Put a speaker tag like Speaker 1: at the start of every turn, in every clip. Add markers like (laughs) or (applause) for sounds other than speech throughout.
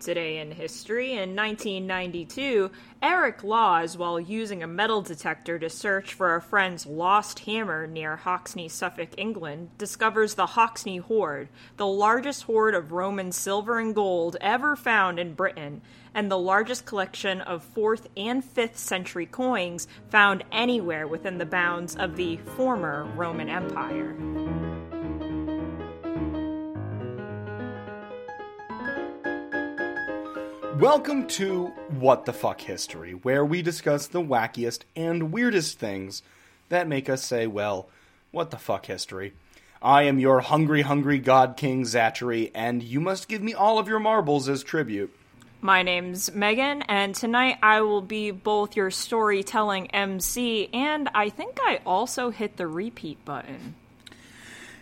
Speaker 1: Today in history, in 1992, Eric Laws, while using a metal detector to search for a friend's lost hammer near Hoxney, Suffolk, England, discovers the Hoxney Hoard, the largest hoard of Roman silver and gold ever found in Britain, and the largest collection of 4th and 5th century coins found anywhere within the bounds of the former Roman Empire.
Speaker 2: Welcome to What the Fuck History, where we discuss the wackiest and weirdest things that make us say, well, what the fuck history. I am your hungry, hungry God King Zachary, and you must give me all of your marbles as tribute.
Speaker 1: My name's Megan, and tonight I will be both your storytelling MC and I think I also hit the repeat button.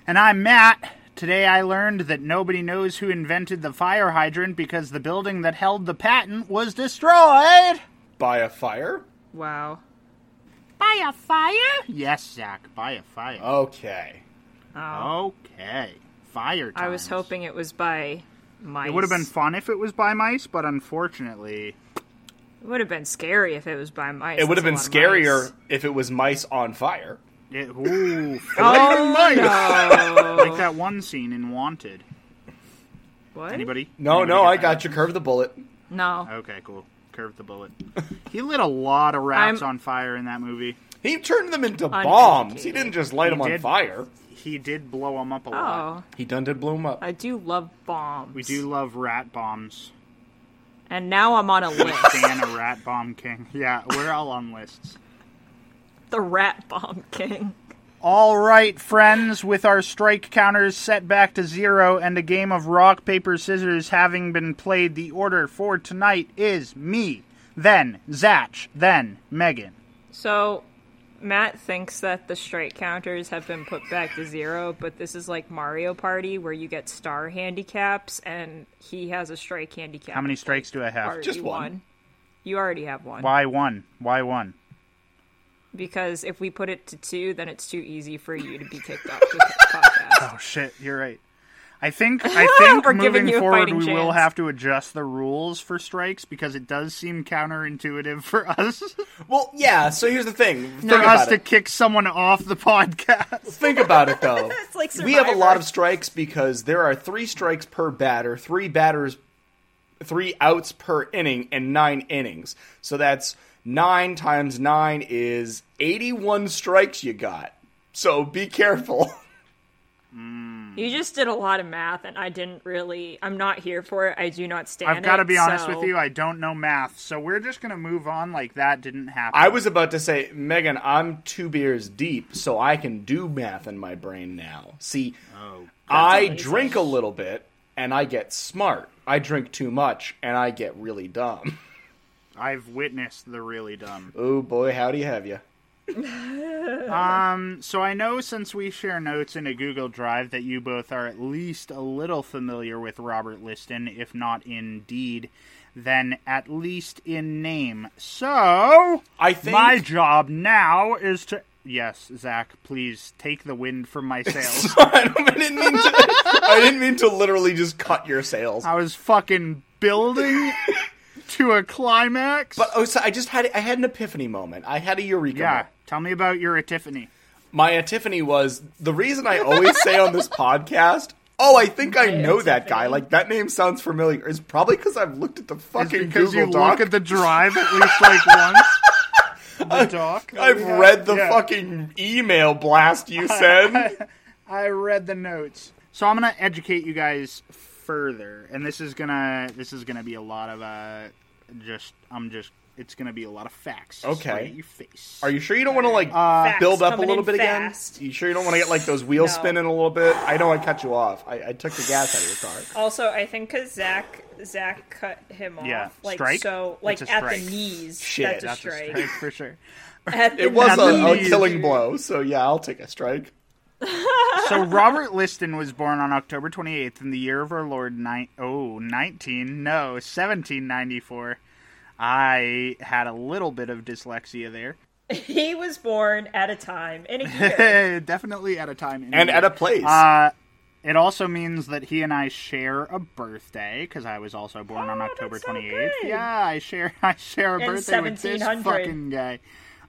Speaker 3: And I'm Matt. Today I learned that nobody knows who invented the fire hydrant because the building that held the patent was destroyed!
Speaker 2: By a fire?
Speaker 1: Wow.
Speaker 3: By a fire? Yes, Zach, by a fire.
Speaker 2: Okay.
Speaker 3: Okay. Fire
Speaker 1: I was
Speaker 3: times.
Speaker 1: hoping it was by mice.
Speaker 3: It would have been fun if it was by mice, but unfortunately.
Speaker 1: It would have been scary if it was by mice.
Speaker 2: It would have been
Speaker 1: That's a lot of
Speaker 2: scarier if it was mice on fire.
Speaker 3: It, ooh,
Speaker 1: mice. Oh,
Speaker 3: like that one scene in Wanted.
Speaker 1: no. (laughs) What?
Speaker 3: Anybody?
Speaker 2: No,
Speaker 3: Anybody
Speaker 2: no,
Speaker 3: get
Speaker 2: I
Speaker 3: that?
Speaker 2: got you. Curve the bullet.
Speaker 1: No.
Speaker 3: Okay, cool. Curve the bullet. He lit a lot of rats
Speaker 1: I'm-
Speaker 3: on fire in that movie.
Speaker 2: He turned them into bombs. He
Speaker 1: Uneducated.
Speaker 2: didn't just light them on
Speaker 3: did.
Speaker 2: fire.
Speaker 3: He did blow them up a lot.
Speaker 1: Oh,
Speaker 2: He done did blow 'em up.
Speaker 1: I do love bombs.
Speaker 3: We do love rat bombs.
Speaker 1: And now I'm
Speaker 3: (laughs)
Speaker 1: on a list.
Speaker 3: Dan a rat bomb king. Yeah, we're all on lists.
Speaker 1: the rat bomb king.
Speaker 3: All right, friends, with our strike counters set back to zero and a game of rock, paper, scissors having been played, the order for tonight is me, then Zach, then Megan.
Speaker 1: So, Matt thinks that the strike counters have been put back to zero, but this is like Mario Party where you get star handicaps, and he has a strike handicap.
Speaker 3: How many strikes do I have?
Speaker 1: Already
Speaker 2: Just one.
Speaker 1: You already have one.
Speaker 3: Why one? Why one?
Speaker 1: Because if we put it to two, then it's too easy for you to be kicked off the podcast.
Speaker 3: Oh shit, you're right. I think
Speaker 1: (laughs)
Speaker 3: I think
Speaker 1: We're giving
Speaker 3: moving
Speaker 1: you a
Speaker 3: forward
Speaker 1: fighting
Speaker 3: we will
Speaker 1: chance.
Speaker 3: have to adjust the rules for strikes because it does seem counterintuitive for us
Speaker 2: Well, yeah, so here's the thing. Think
Speaker 3: for us
Speaker 2: about
Speaker 3: to
Speaker 2: it.
Speaker 3: kick someone off the (laughs) podcast.
Speaker 2: Think about
Speaker 1: (laughs)
Speaker 2: it though.
Speaker 1: like
Speaker 2: we have a lot
Speaker 1: Survivor.
Speaker 2: of strikes because there are three strikes per batter, three batters, three outs per inning, and nine innings. So that's nine times nine is eighty-one strikes you got. So be careful. (laughs)
Speaker 3: Oh,
Speaker 1: You just did a lot of math, and I didn't really. I'm not here for it. I do not stand.
Speaker 3: I've got to
Speaker 1: it,
Speaker 3: be honest
Speaker 1: so-
Speaker 3: with you. I don't know math, so we're just gonna move on like that didn't happen.
Speaker 2: I was about to say, Megan, I'm two beers deep, so I can do math in my brain now. See, I drink a little bit and I get smart. I drink too much and I get really dumb. (laughs)
Speaker 3: I've witnessed the really dumb.
Speaker 2: Oh boy, howdy have you.
Speaker 3: So I know since we share notes in a Google Drive that you both are at least a little familiar with Robert Liston, if not in deed, then at least in name. So
Speaker 2: I think-
Speaker 3: my job now is to. Yes, Zach, please take the wind from
Speaker 2: (laughs)
Speaker 3: my sails.
Speaker 2: I didn't mean to. I didn't mean to literally just cut your sails.
Speaker 3: I was fucking
Speaker 2: (laughs)
Speaker 3: building to a climax.
Speaker 2: But oh, so I just had I had an epiphany moment. I had a eureka.
Speaker 3: yeah,
Speaker 2: moment.
Speaker 3: tell me about your epiphany.
Speaker 2: My epiphany was the reason I always say on this podcast. Oh, I think I know that guy. Like that name sounds familiar. Is probably because I've looked at the
Speaker 3: It's
Speaker 2: fucking
Speaker 3: because
Speaker 2: Google
Speaker 3: you
Speaker 2: Doc.
Speaker 3: look at the drive at least (laughs) like once. The doc. that
Speaker 2: I've
Speaker 3: we have.
Speaker 2: read the
Speaker 3: Yeah.
Speaker 2: fucking email blast
Speaker 3: (laughs)
Speaker 2: you sent.
Speaker 3: I read the notes. So I'm gonna educate you guys further, and this is gonna this is gonna be a lot of uh, just I'm just It's going to be a lot of facts.
Speaker 2: Okay.
Speaker 3: Right at your face.
Speaker 2: Are you sure you don't want to like
Speaker 3: Uh,
Speaker 2: build
Speaker 1: Facts
Speaker 2: up a
Speaker 1: coming
Speaker 2: little
Speaker 1: in
Speaker 2: bit
Speaker 1: fast.
Speaker 2: again? You sure you don't want to get like those wheels
Speaker 1: No.
Speaker 2: spinning a little bit? I know I cut you off. I, I took the gas out of your car.
Speaker 1: Also, I think because Zach Zach cut him off,
Speaker 3: Yeah,
Speaker 1: like
Speaker 3: strike?
Speaker 1: so, like
Speaker 3: It's a
Speaker 1: at the
Speaker 3: strike.
Speaker 1: knees.
Speaker 2: Shit,
Speaker 1: that's a
Speaker 2: that's a
Speaker 1: strike.
Speaker 3: Right, for sure. (laughs)
Speaker 1: At the
Speaker 2: It was
Speaker 3: Not
Speaker 2: a, a
Speaker 3: the-
Speaker 1: knees,
Speaker 2: killing
Speaker 1: dude.
Speaker 2: blow, so yeah, I'll take a strike.
Speaker 3: So Robert Liston was born on October 28th in the year of our Lord ni- oh 19 no 1794. I had a little bit of dyslexia there.
Speaker 1: (laughs)
Speaker 3: (laughs)
Speaker 1: He was born at a time in a year.
Speaker 3: Definitely at a time in
Speaker 2: And
Speaker 3: the
Speaker 2: at a
Speaker 3: year.
Speaker 2: place.
Speaker 3: Uh, it also means that he and I share a birthday because I was also born on
Speaker 1: Oh,
Speaker 3: October
Speaker 1: that's so
Speaker 3: 28th.
Speaker 1: good.
Speaker 3: yeah, I share (laughs) I share a
Speaker 1: And
Speaker 3: birthday with this
Speaker 1: 1700.
Speaker 3: fucking guy.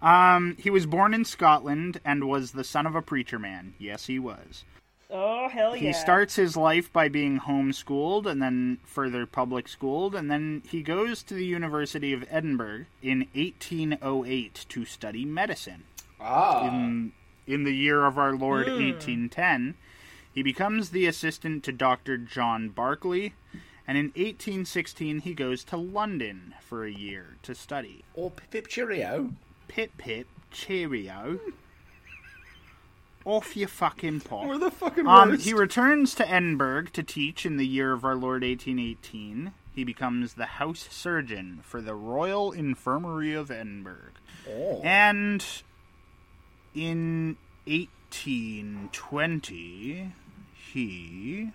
Speaker 3: Um, he was born in Scotland and was the son of a preacher man. Yes, he was.
Speaker 1: oh hell yeah!
Speaker 3: He starts his life by being homeschooled and then further public schooled, and then he goes to the University of Edinburgh in 1808 to study medicine.
Speaker 2: Ah.
Speaker 3: In, in the year of our Lord 1810, he becomes the assistant to Dr. John Barclay, and in 1816 he goes to London for a year to study.
Speaker 2: Or Oh, Pip Cheerio.
Speaker 3: Pip pip, cheerio. Off your fucking pot.
Speaker 2: We're the fucking
Speaker 3: Um,
Speaker 2: worst.
Speaker 3: he returns to Edinburgh to teach in the year of our Lord 1818. He becomes the house surgeon for the Royal Infirmary of Edinburgh.
Speaker 2: Oh.
Speaker 3: And in 1820, he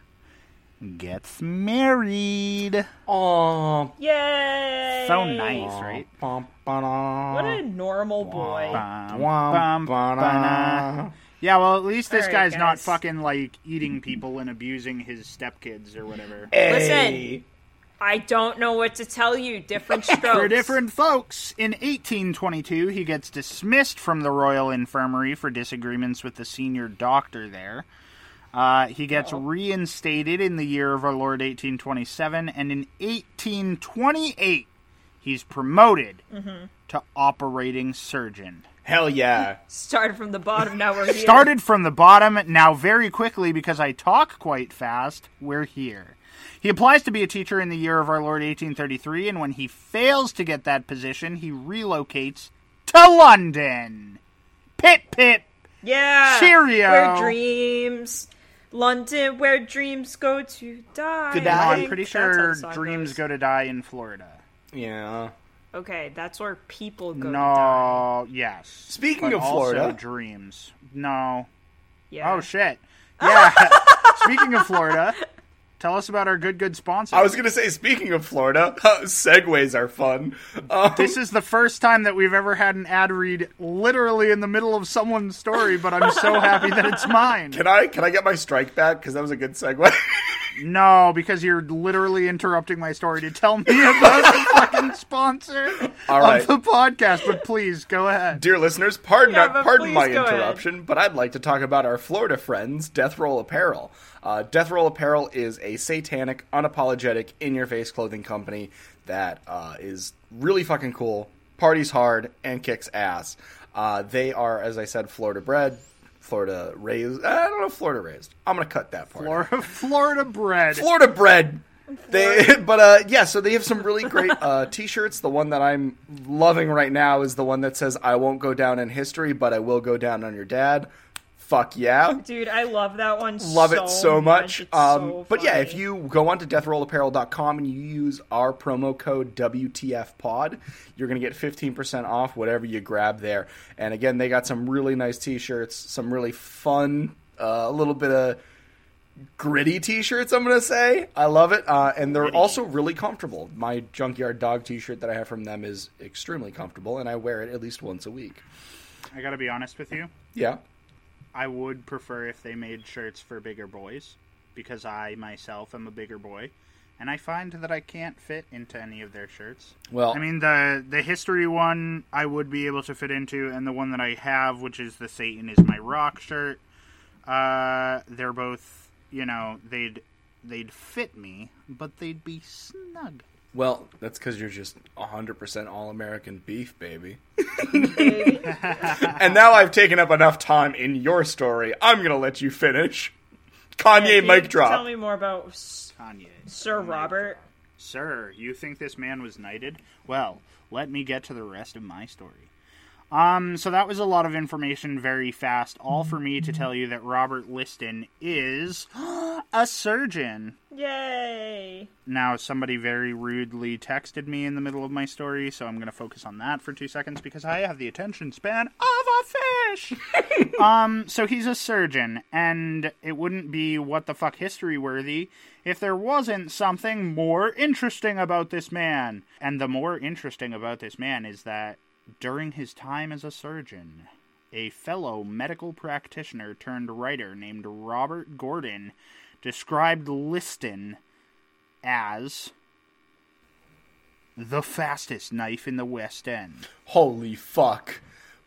Speaker 3: gets married.
Speaker 2: Aw,
Speaker 1: Yay!
Speaker 3: So nice, right?
Speaker 2: Ah. bum, ba-da,
Speaker 1: What a normal boy.
Speaker 3: Bum,
Speaker 2: wum,
Speaker 3: bum,
Speaker 2: ba-da.
Speaker 3: ba-na. Yeah, well, at least this
Speaker 1: All right,
Speaker 3: guy's not
Speaker 1: guys.
Speaker 3: fucking like eating people and abusing his stepkids or whatever.
Speaker 1: Listen, I don't know what to tell you. Different
Speaker 3: (laughs)
Speaker 1: strokes.
Speaker 3: for different folks. In 1822, he gets dismissed from the Royal Infirmary for disagreements with the senior doctor there. Uh, he gets reinstated in the year of our Lord 1827, and in 1828, he's promoted to operating surgeon.
Speaker 2: Hell yeah.
Speaker 1: Started from the bottom. Now we're here.
Speaker 3: Started from the bottom, now very quickly because I talk quite fast, we're here. He applies to be a teacher in the year of our Lord 1833, and when he fails to get that position, he relocates to London. Pip pip.
Speaker 1: (laughs) Yeah.
Speaker 3: Cheerio.
Speaker 1: Where dreams. London, where dreams go to die.
Speaker 2: To die.
Speaker 3: No,
Speaker 1: I
Speaker 3: I'm
Speaker 1: think
Speaker 3: pretty
Speaker 1: that's how the
Speaker 3: sure
Speaker 1: song
Speaker 3: dreams
Speaker 1: goes.
Speaker 3: go to die in Florida.
Speaker 2: Yeah.
Speaker 1: Okay, that's where people go. To die.
Speaker 3: No, yes.
Speaker 2: Speaking
Speaker 3: But
Speaker 2: of Florida-
Speaker 3: also dreams. No.
Speaker 1: Yeah. (laughs)
Speaker 3: Oh shit. Yeah. Speaking of Florida, tell us about our good good sponsor.
Speaker 2: I was going to say, speaking of Florida, (laughs) uh, segues are fun. Um,
Speaker 3: This is the first time that we've ever had an ad read literally in the middle of someone's story, but I'm so happy that it's mine.
Speaker 2: can I can I get my strike back? Because that was a good segue. (laughs)
Speaker 3: No, because you're literally interrupting my story to tell me about the fucking sponsor
Speaker 2: All right.
Speaker 3: of the podcast, but please go ahead.
Speaker 2: Dear listeners, pardon
Speaker 1: Yeah, but
Speaker 2: pardon my
Speaker 1: please go ahead.
Speaker 2: interruption, but I'd like to talk about our Florida friends, Death Roll Apparel. Uh, Death Roll Apparel is a satanic, unapologetic, in-your-face clothing company that uh, is really fucking cool, parties hard, and kicks ass. Uh, they are, as I said, Florida bred, Florida raised. I don't know, if Florida raised. I'm gonna cut that part. out.
Speaker 3: Florida, Florida bread.
Speaker 2: Florida bread. They, (laughs) but uh, yeah, so they have some really great uh, t-shirts. The one that I'm loving right now is the one that says "I won't go down in history, but I will go down on your dad." Fuck yeah,
Speaker 1: Dude, I love that one.
Speaker 2: love
Speaker 1: so
Speaker 2: it so much.
Speaker 1: It's
Speaker 2: Um,
Speaker 1: so
Speaker 2: but yeah, if
Speaker 1: funny.
Speaker 2: you go onto deathrollapparel.com and you use our promo code WTFPod, you're gonna get 15% off whatever you grab there. And again, they got some really nice t-shirts, some really fun, uh, a little bit of gritty t-shirts i'm gonna say i love it uh, and they're also really comfortable my junkyard dog t-shirt that i have from them is extremely comfortable and i wear it at least once a week
Speaker 3: I gotta be honest with you.
Speaker 2: yeah
Speaker 3: I would prefer if they made shirts for bigger boys because I myself am a bigger boy and I find that I can't fit into any of their shirts.
Speaker 2: Well-
Speaker 3: I mean the the history one I would be able to fit into and the one that I have which is the Satan is my rock shirt uh they're both, you know, they'd they'd fit me, but they'd be snug.
Speaker 2: well that's because you're just 100% all-american beef baby (laughs) and now i've taken up enough time in your story i'm gonna let you finish kanye
Speaker 1: Can you
Speaker 2: mic drop
Speaker 1: Tell me more about S-
Speaker 3: Kanye.
Speaker 1: Sir Robert.
Speaker 3: Sir, you think this man was knighted? Well, let me get to the rest of my story. Um, so that was a lot of information very fast, all for me to tell you that Robert Liston is (gasps) a surgeon.
Speaker 1: Yay!
Speaker 3: Now, somebody very rudely texted me in the middle of my story, so I'm going to focus on that for two seconds because I have the attention span of a fish. um, so he's a surgeon, and it wouldn't be what the fuck history worthy if there wasn't something more interesting about this man. And the more interesting about this man is that during his time as a surgeon, a fellow medical practitioner turned writer named Robert Gordon described Liston as the fastest knife in the West End.
Speaker 2: Holy fuck.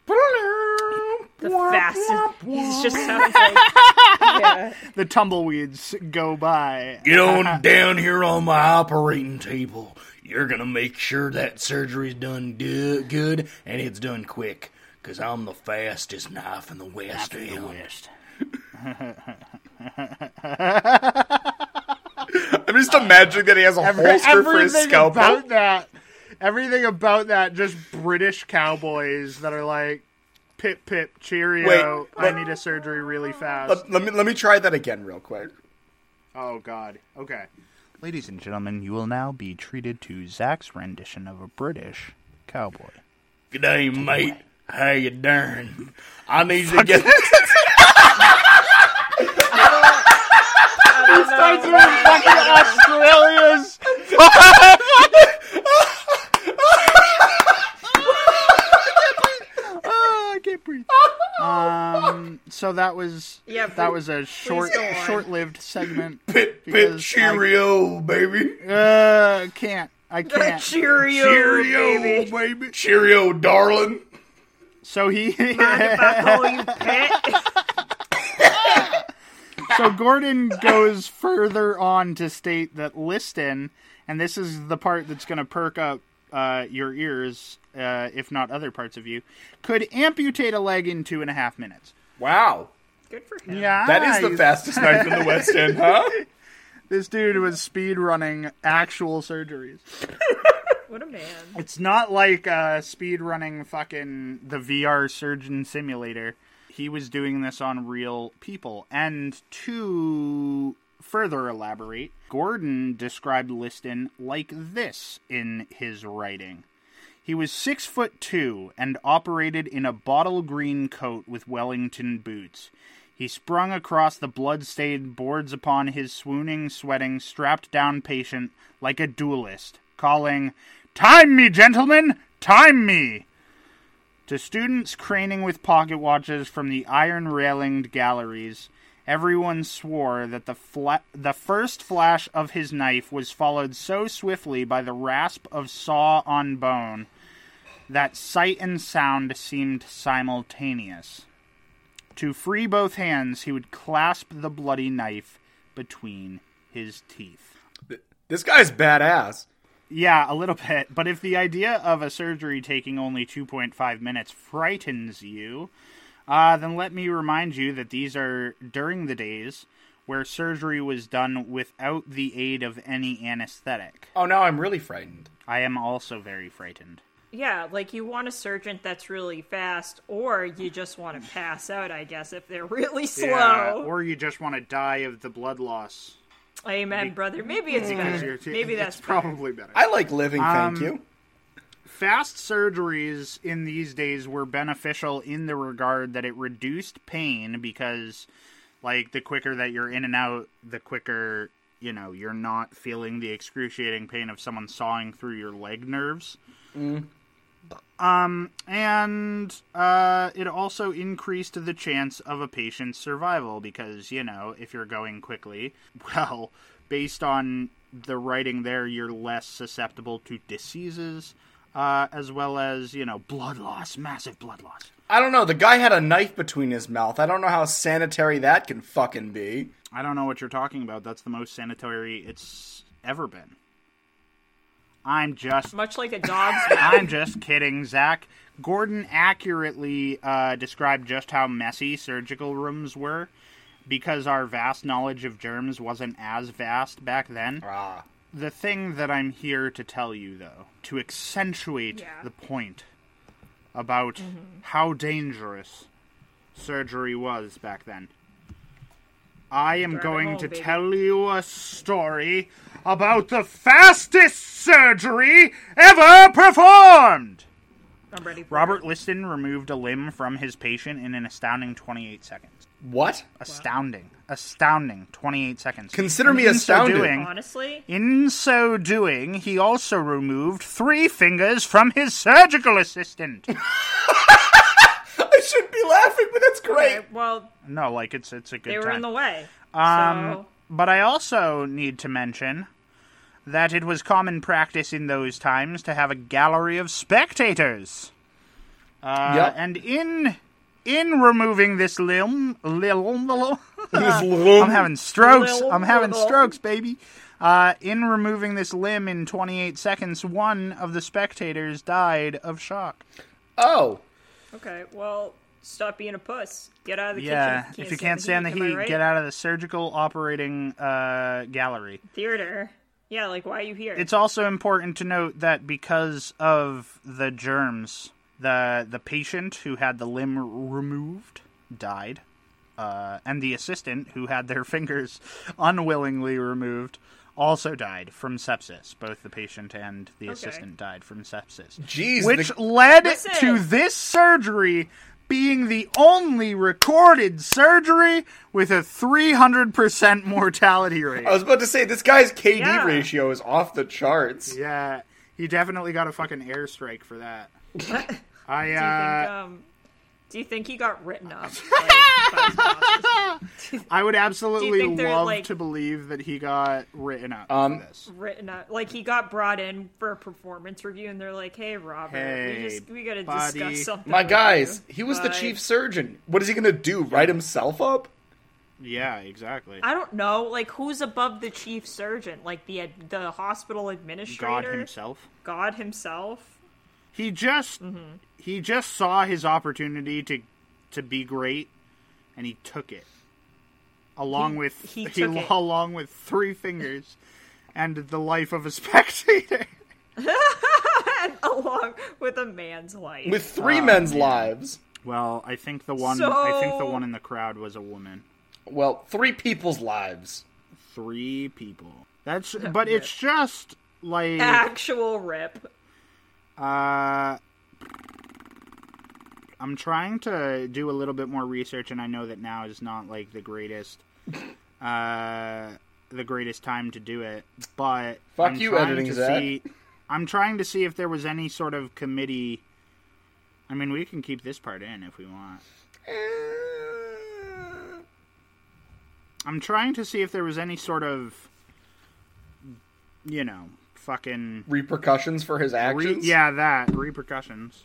Speaker 1: The fastest. He just sounds like.
Speaker 2: (laughs)
Speaker 1: Yeah.
Speaker 3: The tumbleweeds go by.
Speaker 2: Get on down here on my operating table. You're gonna make sure that surgery's done do- good and it's done quick. Cause I'm the fastest knife in the West
Speaker 3: The
Speaker 2: End.
Speaker 3: West.
Speaker 2: I'm just imagining that he has a holster for his
Speaker 3: Everything
Speaker 2: scalpel.
Speaker 3: about that, everything about that, just British cowboys that are like, pip pip, cheerio,
Speaker 2: Wait, but-
Speaker 3: I need a surgery really fast.
Speaker 2: let, let me let me try that again real quick.
Speaker 3: Oh God. Okay. Ladies and gentlemen, you will now be treated to Zach's rendition of a British cowboy.
Speaker 2: G'day, mate. How you doing? I need to get. (laughs)
Speaker 3: Starts with fucking Australia's. oh, I can't breathe. Um, so that was
Speaker 1: Yeah,
Speaker 3: that
Speaker 1: please-
Speaker 3: was a short
Speaker 1: go on.
Speaker 3: short-lived segment
Speaker 2: Pit, pit,
Speaker 3: because
Speaker 2: cheerio, baby.
Speaker 3: I uh, can't I
Speaker 1: (laughs)
Speaker 3: can't
Speaker 1: Cheerio,
Speaker 2: Cheerio,
Speaker 1: baby.
Speaker 2: baby. Cheerio, darling.
Speaker 3: so he
Speaker 2: (laughs)
Speaker 1: If I call you pet,
Speaker 3: So Gordon goes further on to state that Liston, and this is the part that's going to perk up uh, your ears, uh, if not other parts of you, could amputate a leg in two and a half minutes.
Speaker 2: Wow.
Speaker 1: good for him.
Speaker 3: Yeah,
Speaker 2: That is the fastest knife in the (laughs) West End, huh?
Speaker 3: This dude was speed running actual surgeries.
Speaker 1: What a man.
Speaker 3: It's not like uh, speed running fucking the VR surgeon simulator. He was doing this on real people. And to further elaborate, Gordon described Liston like this in his writing. He was six foot two and operated in a bottle green coat with Wellington boots. He sprung across the blood-stained boards upon his swooning, sweating, strapped-down patient like a duelist, calling, "Time me, gentlemen! Time me!" To students craning with pocket watches from the iron-railinged galleries, everyone swore that the fla- the first flash of his knife was followed so swiftly by the rasp of saw on bone that sight and sound seemed simultaneous. To free both hands, he would clasp the bloody knife between his teeth.
Speaker 2: This guy's badass.
Speaker 3: Yeah, a little (laughs) bit. But if the idea of a surgery taking only 2.5 minutes frightens you, uh, then let me remind you that these are during the days where surgery was done without the aid of any anesthetic.
Speaker 2: Oh, now I'm really frightened.
Speaker 3: I am also very frightened.
Speaker 1: Yeah, like you want a surgeon that's really fast, or you just want to pass out, I guess, if they're really slow.
Speaker 3: or you just want to die of the blood loss.
Speaker 1: Amen, brother. Maybe it's better. Mm. Maybe that's
Speaker 3: it's probably better.
Speaker 2: I like living, thank you.
Speaker 3: fast surgeries in these days were beneficial in the regard that it reduced pain because like the quicker that you're in and out the quicker you know you're not feeling the excruciating pain of someone sawing through your leg nerves um and uh it also increased the chance of a patient's survival because you know if you're going quickly (laughs) well based on the writing there you're less susceptible to diseases uh, as well as you know blood loss massive blood loss
Speaker 2: I don't know. The guy had a knife between his mouth. I don't know how sanitary that can fucking be.
Speaker 3: I don't know what you're talking about. That's the most sanitary it's ever been. I'm just
Speaker 1: much like a dog's. (laughs)
Speaker 3: I'm just kidding, Zach. Gordon accurately uh, described just how messy surgical rooms were because our vast knowledge of germs wasn't as vast back then.
Speaker 2: Ah.
Speaker 3: the thing that I'm here to tell you, though, to accentuate
Speaker 1: Yeah.
Speaker 3: the point about
Speaker 1: Mm-hmm.
Speaker 3: how dangerous surgery was back then, I am
Speaker 1: Drive it
Speaker 3: going
Speaker 1: home,
Speaker 3: to
Speaker 1: baby.
Speaker 3: tell you a story about the fastest surgery ever performed.
Speaker 1: I'm ready. For
Speaker 3: Robert
Speaker 1: it.
Speaker 3: Liston removed a limb from his patient in an astounding 28 seconds.
Speaker 2: What?
Speaker 3: Astounding. Astounding. 28 seconds.
Speaker 2: Consider me
Speaker 3: In so
Speaker 2: astounded.
Speaker 3: doing-
Speaker 1: honestly,
Speaker 3: in so doing, he also removed three fingers from his surgical assistant.
Speaker 1: (laughs)
Speaker 2: I should be laughing, but that's great.
Speaker 1: okay, well,
Speaker 3: no, like it's it's a good
Speaker 1: they were
Speaker 3: time.
Speaker 1: in the way.
Speaker 3: Um,
Speaker 1: so,
Speaker 3: But I also need to mention that it was common practice in those times to have a gallery of spectators. Uh,
Speaker 2: Yep.
Speaker 3: And in in removing this limb, limb uh, I'm having strokes.
Speaker 1: Little
Speaker 3: I'm having
Speaker 1: wiggle.
Speaker 3: strokes, baby. Uh, in removing this limb in 28 seconds, one of the spectators died of shock.
Speaker 2: Oh,
Speaker 1: okay, well, stop being a puss. Get out of the
Speaker 3: yeah,
Speaker 1: kitchen.
Speaker 3: if you can't stand the heat,
Speaker 1: am I right?
Speaker 3: get out of the surgical operating uh, gallery.
Speaker 1: Theater. Yeah, like why are you here?
Speaker 3: It's also important to note that because of the germs, the the patient who had the limb removed died, uh, and the assistant who had their (laughs) fingers unwillingly removed also died from sepsis. Both the patient and the assistant died from sepsis,
Speaker 2: jeez.
Speaker 3: which
Speaker 2: the-
Speaker 3: led
Speaker 1: Listen.
Speaker 3: to this surgery being the only recorded surgery with a 300% mortality rate.
Speaker 2: I was about to say this guy's KD
Speaker 1: Yeah.
Speaker 2: ratio is off the charts.
Speaker 3: Yeah, he definitely got a fucking airstrike
Speaker 1: (laughs)
Speaker 3: for that. uh, I
Speaker 1: do you think?
Speaker 3: uh,
Speaker 1: Um, do you think he got written up? Like, (laughs) by his bosses?
Speaker 3: I would
Speaker 1: Do you
Speaker 3: absolutely
Speaker 1: think they're,
Speaker 3: love
Speaker 1: like-
Speaker 3: to believe that he got written up for this.
Speaker 1: written up, like he got brought in for a performance review, and they're like, "Hey, Robert,
Speaker 3: Hey,
Speaker 1: we just we gotta
Speaker 3: buddy."
Speaker 1: discuss something."
Speaker 2: My
Speaker 1: with
Speaker 2: guys,
Speaker 1: you."
Speaker 2: he was the
Speaker 1: Bye.
Speaker 2: chief surgeon. What is he gonna do? Write himself up?
Speaker 3: Yeah, exactly.
Speaker 1: I don't know, like who's above the chief surgeon, like the ad- the hospital administrator,
Speaker 3: God himself.
Speaker 1: God himself.
Speaker 3: He just
Speaker 1: Mm-hmm.
Speaker 3: he just saw his opportunity to to be great, and he took it. Along with (laughs)
Speaker 1: he took it.
Speaker 3: along with three fingers, and the life of a (laughs) spectator.
Speaker 1: (laughs) along with a man's life.
Speaker 2: With
Speaker 3: Oh,
Speaker 2: three men's lives.
Speaker 3: Well, I think the one I think the
Speaker 1: So-
Speaker 3: one in the crowd was a woman.
Speaker 2: Well, three people's lives.
Speaker 3: three people. (laughs) Ah. That's but it's just (laughs) like
Speaker 1: Actual rip.
Speaker 3: uh I'm trying to do a little bit more research and I know that now is not like the (laughs) greatest uh the greatest time to do it, but
Speaker 2: Fuck
Speaker 3: I'm
Speaker 2: you,
Speaker 3: trying
Speaker 2: editing
Speaker 3: to
Speaker 2: Zach.
Speaker 3: see I'm trying to see if there was any sort of committee I mean, we can keep this part in if we want.
Speaker 2: Eh,
Speaker 3: I'm trying to see if there was any sort of you know, fucking
Speaker 2: Repercussions for his
Speaker 3: Re-
Speaker 2: actions?
Speaker 3: yeah, that repercussions.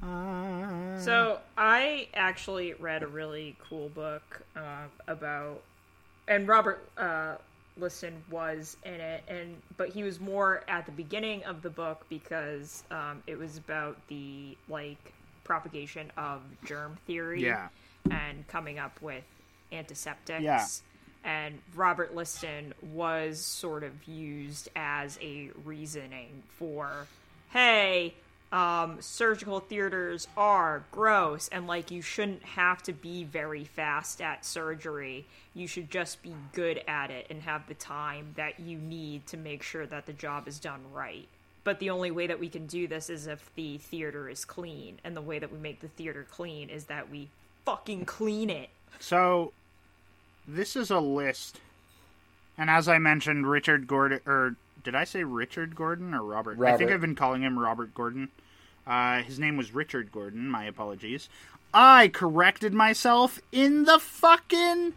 Speaker 1: So I actually read a really cool book uh, about, and Robert uh, Liston was in it, and but he was more at the beginning of the book because um, it was about the like propagation of germ theory
Speaker 3: Yeah.
Speaker 1: and coming up with antiseptics.
Speaker 3: Yeah.
Speaker 1: And Robert Liston was sort of used as a reasoning for, hey, um, surgical theaters are gross, and like you shouldn't have to be very fast at surgery. You should just be good at it and have the time that you need to make sure that the job is done right. But the only way that we can do this is if the theater is clean, and the way that we make the theater clean is that we fucking clean it.
Speaker 3: So this is a list, and as I mentioned, Richard Gordon, or did I say Richard Gordon or Robert? I think
Speaker 2: Robert.
Speaker 3: I've been calling him Robert Gordon. Uh, his name was Richard Gordon. My apologies. I corrected myself in the fucking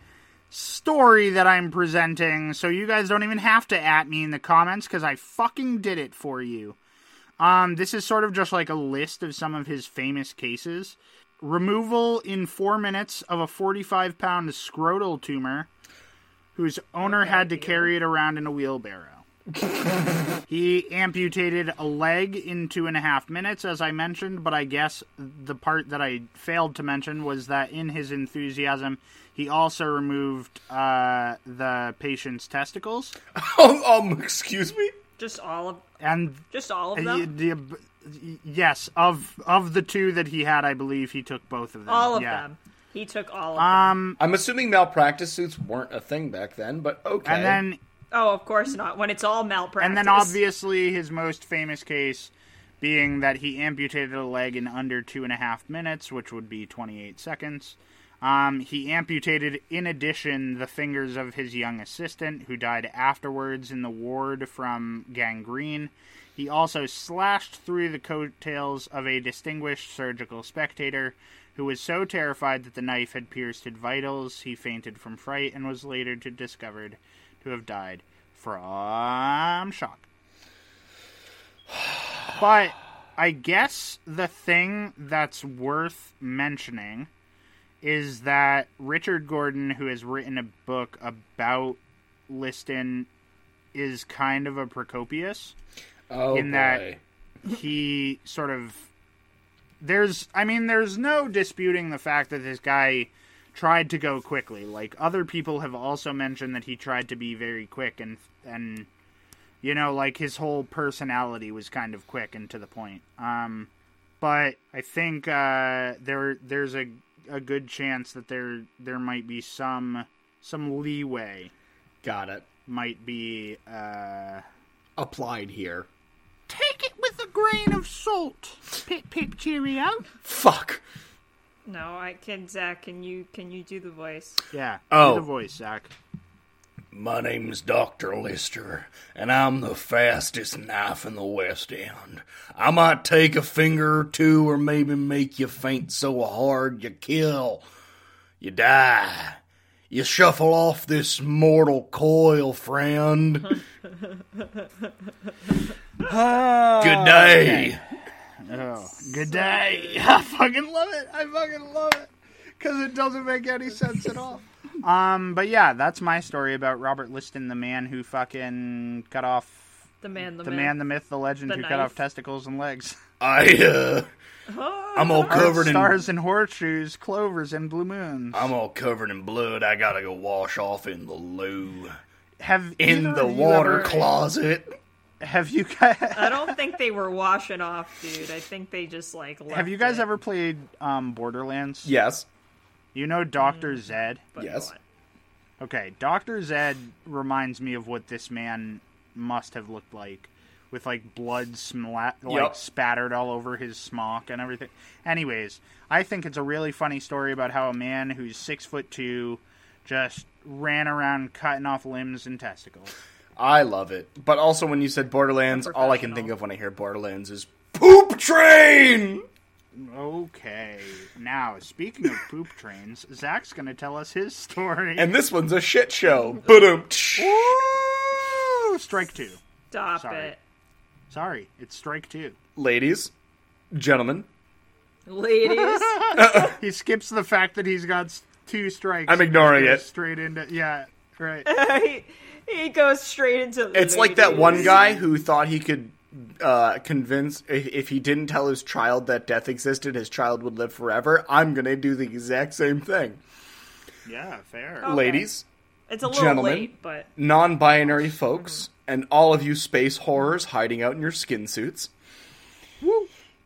Speaker 3: story that I'm presenting, so you guys don't even have to at me in the comments because I fucking did it for you. Um, this is sort of just like a list of some of his famous cases. Removal in four minutes of a
Speaker 1: (laughs)
Speaker 3: 45 pound scrotal tumor whose owner had to carry it around in a wheelbarrow. He amputated a leg in two and a half minutes, as I mentioned, but I guess the part that I failed to mention was that in his enthusiasm, he also removed uh, the patient's testicles.
Speaker 2: (laughs) um, um, excuse me?
Speaker 1: Just all of
Speaker 3: And
Speaker 1: just all of
Speaker 3: uh, y-
Speaker 1: them.
Speaker 3: the, yes, of of the two that he had, I believe he took both of them.
Speaker 1: All of
Speaker 3: yeah.
Speaker 1: them. He took all of
Speaker 3: Um,
Speaker 2: I'm assuming malpractice suits weren't a thing back then, but okay.
Speaker 3: and then
Speaker 1: them. Oh, of course not. When it's all malpractice.
Speaker 3: and then obviously his most famous case being that he amputated a leg in under two and a half minutes, which would be 28 seconds. Um, he amputated, in addition, the fingers of his young assistant, who died afterwards in the ward from gangrene. He also slashed through the coattails of a distinguished surgical spectator who was so terrified that the knife had pierced his vitals, he fainted from fright and was later to discovered to have died from shock. (sighs) But I guess the thing that's worth mentioning is that Richard Gordon, who has written a book about Liston, is kind of a Procopius
Speaker 2: oh,
Speaker 3: in that-
Speaker 2: boy.
Speaker 3: he sort of there's I mean there's no disputing the fact that this guy tried to go quickly. Like other people have also mentioned that he tried to be very quick and and you know like his whole personality was kind of quick and to the point. Um but I think uh there there's a a good chance that there there might be some some leeway
Speaker 2: Got it.
Speaker 3: might be uh
Speaker 2: Applied here.
Speaker 3: take it with a grain of salt. Pip pip cheerio.
Speaker 2: Fuck.
Speaker 1: No, I can Zach, can you can you do the voice?
Speaker 3: Yeah.
Speaker 2: Oh.
Speaker 3: Do the voice, Zach.
Speaker 2: My name's Dr. Lister, and I'm the fastest knife in the West End. I might take a finger or two, or maybe make you faint so hard you kill. You die. You shuffle off this mortal coil, friend.
Speaker 3: (laughs)
Speaker 2: Good day.
Speaker 3: Good day. I fucking love it. I fucking love it. Because it doesn't make any sense at all. Um, but yeah, that's my story about Robert Liston, the man who fucking cut off
Speaker 1: The man, the,
Speaker 3: the
Speaker 1: man.
Speaker 3: man, the myth, the legend
Speaker 1: The
Speaker 3: who cut
Speaker 1: knife.
Speaker 3: off testicles and legs.
Speaker 2: I,
Speaker 3: (laughs)
Speaker 2: uh, I'm all covered in
Speaker 3: stars and horseshoes, clovers and blue moons.
Speaker 2: I'm all covered in blood. I gotta go wash off in the loo.
Speaker 3: Have
Speaker 2: In
Speaker 3: either
Speaker 2: the
Speaker 3: of you
Speaker 2: water
Speaker 3: ever-
Speaker 2: closet.
Speaker 3: Have you guys?
Speaker 1: I don't think they were washing off, dude. I think they just like. Left
Speaker 3: (laughs) Have you guys
Speaker 1: it,
Speaker 3: ever played um, Borderlands?
Speaker 2: Yes.
Speaker 3: You know Doctor Zed.
Speaker 1: but
Speaker 2: Yes.
Speaker 1: what?
Speaker 3: Okay, Dr. Zed reminds me of what this man must have looked like with like blood smla- like
Speaker 2: Yep.
Speaker 3: spattered all over his smock and everything. Anyways, I think it's a really funny story about how a man who's 6 foot 2 just ran around cutting off limbs and testicles.
Speaker 2: I love it. But also, when you said Borderlands, all I can
Speaker 1: Professional.
Speaker 2: think of when I hear Borderlands is Poop Train!
Speaker 3: Okay. Now, speaking of poop trains, Zach's going to tell us his story.
Speaker 2: And this one's a shit
Speaker 1: (laughs)
Speaker 2: show. Boom.
Speaker 3: Ooh, strike 2.
Speaker 1: Stop
Speaker 3: Sorry.
Speaker 1: it,
Speaker 3: Sorry, it's strike 2.
Speaker 2: Ladies, gentlemen,
Speaker 3: (laughs)
Speaker 1: ladies. (laughs)
Speaker 3: He skips the fact that he's got s- two strikes.
Speaker 2: I'm ignoring
Speaker 3: Goes
Speaker 2: it.
Speaker 3: Straight into yeah,
Speaker 2: (laughs)
Speaker 3: right.
Speaker 1: he, he goes straight into. The
Speaker 2: it's like that one
Speaker 1: ladies.
Speaker 2: guy who thought he could uh, convince, if, if he didn't tell his child that death existed, his child would live forever. I'm going to do the exact same thing.
Speaker 3: yeah, fair.
Speaker 2: Ladies,
Speaker 1: It's a little
Speaker 2: Gentlemen.
Speaker 1: late, but
Speaker 2: non binary folks, and all of you space horrors hiding out in your skin suits.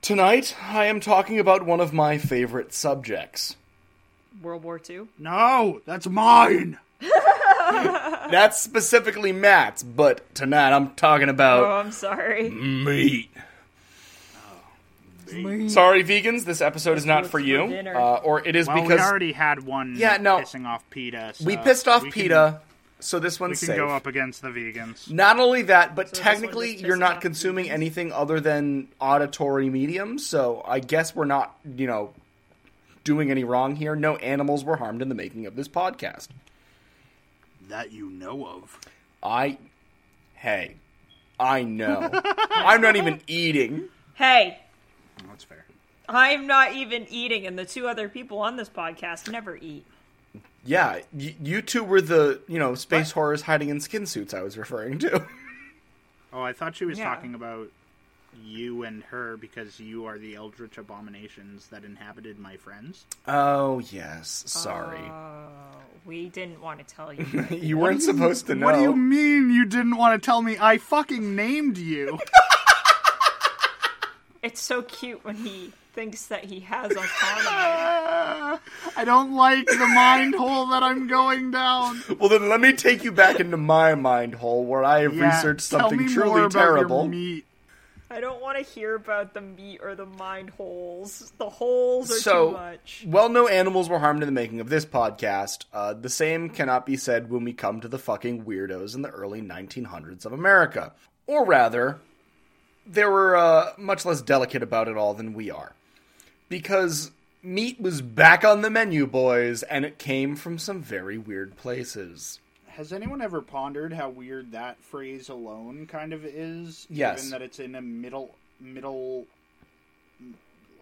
Speaker 2: Tonight, I am talking about one of my favorite subjects.
Speaker 1: World War II.
Speaker 2: Oh.
Speaker 3: No, that's mine.
Speaker 2: That's specifically Matt's, but tonight I'm talking
Speaker 1: Oh,
Speaker 2: about
Speaker 1: I'm
Speaker 2: Mm-hmm.
Speaker 1: sorry.
Speaker 2: meat. Sorry, vegans, this episode is not for
Speaker 1: for
Speaker 2: you.
Speaker 1: dinner.
Speaker 2: Uh, or it is
Speaker 3: Well, we
Speaker 2: because
Speaker 3: already had one.
Speaker 2: Yeah, no.
Speaker 3: pissing off PETA. so
Speaker 2: we pissed off
Speaker 3: we can-
Speaker 2: PETA, so this
Speaker 3: we
Speaker 2: one's
Speaker 3: can
Speaker 2: safe.
Speaker 3: go up against the vegans.
Speaker 2: Not only that, but
Speaker 1: this one
Speaker 2: technically
Speaker 1: just
Speaker 2: you're
Speaker 1: pisses
Speaker 2: not
Speaker 1: off
Speaker 2: consuming
Speaker 1: vegans.
Speaker 2: anything other than auditory medium, so I guess we're not, you know, doing any wrong here. No animals were harmed in the making of this podcast.
Speaker 3: That you know of.
Speaker 2: I hey, I know. I'm not even eating.
Speaker 1: Hey,
Speaker 3: That's fair.
Speaker 1: I'm not even eating, and the two other people on this podcast never eat.
Speaker 2: Yeah, y- you two were the, you know, space horrors hiding in skin suits I was referring to.
Speaker 3: Oh, I thought she was
Speaker 1: Yeah.
Speaker 3: talking about you and her because you are the eldritch abominations that inhabited my friends.
Speaker 2: Oh, yes. Sorry.
Speaker 1: We didn't want to tell you.
Speaker 2: (laughs) you weren't supposed to know.
Speaker 3: What do you mean you didn't want to tell me? I fucking
Speaker 2: (laughs)
Speaker 3: named you.
Speaker 1: it's so cute when he thinks that he has
Speaker 2: (laughs)
Speaker 1: autonomy.
Speaker 3: (laughs) I don't like the mind hole that I'm going down. (laughs)
Speaker 2: Well, then let me take you back into my mind hole where I have
Speaker 3: Yeah,
Speaker 2: researched
Speaker 3: tell
Speaker 2: something
Speaker 3: me
Speaker 2: truly
Speaker 3: more about your
Speaker 2: terrible.
Speaker 3: meat.
Speaker 1: I don't want to hear about the meat or the mind holes. The holes are
Speaker 2: so,
Speaker 1: too much.
Speaker 2: well, no animals were harmed in the making of this podcast. Uh, the same cannot be said when we come to the fucking weirdos in the early 1900s of America. Or rather, they were uh, much less delicate about it all than we are. Because meat was back on the menu, boys, and it came from some very weird places.
Speaker 3: Has anyone ever pondered how weird that phrase alone kind of is?
Speaker 2: Yes.
Speaker 3: Given that it's in a middle middle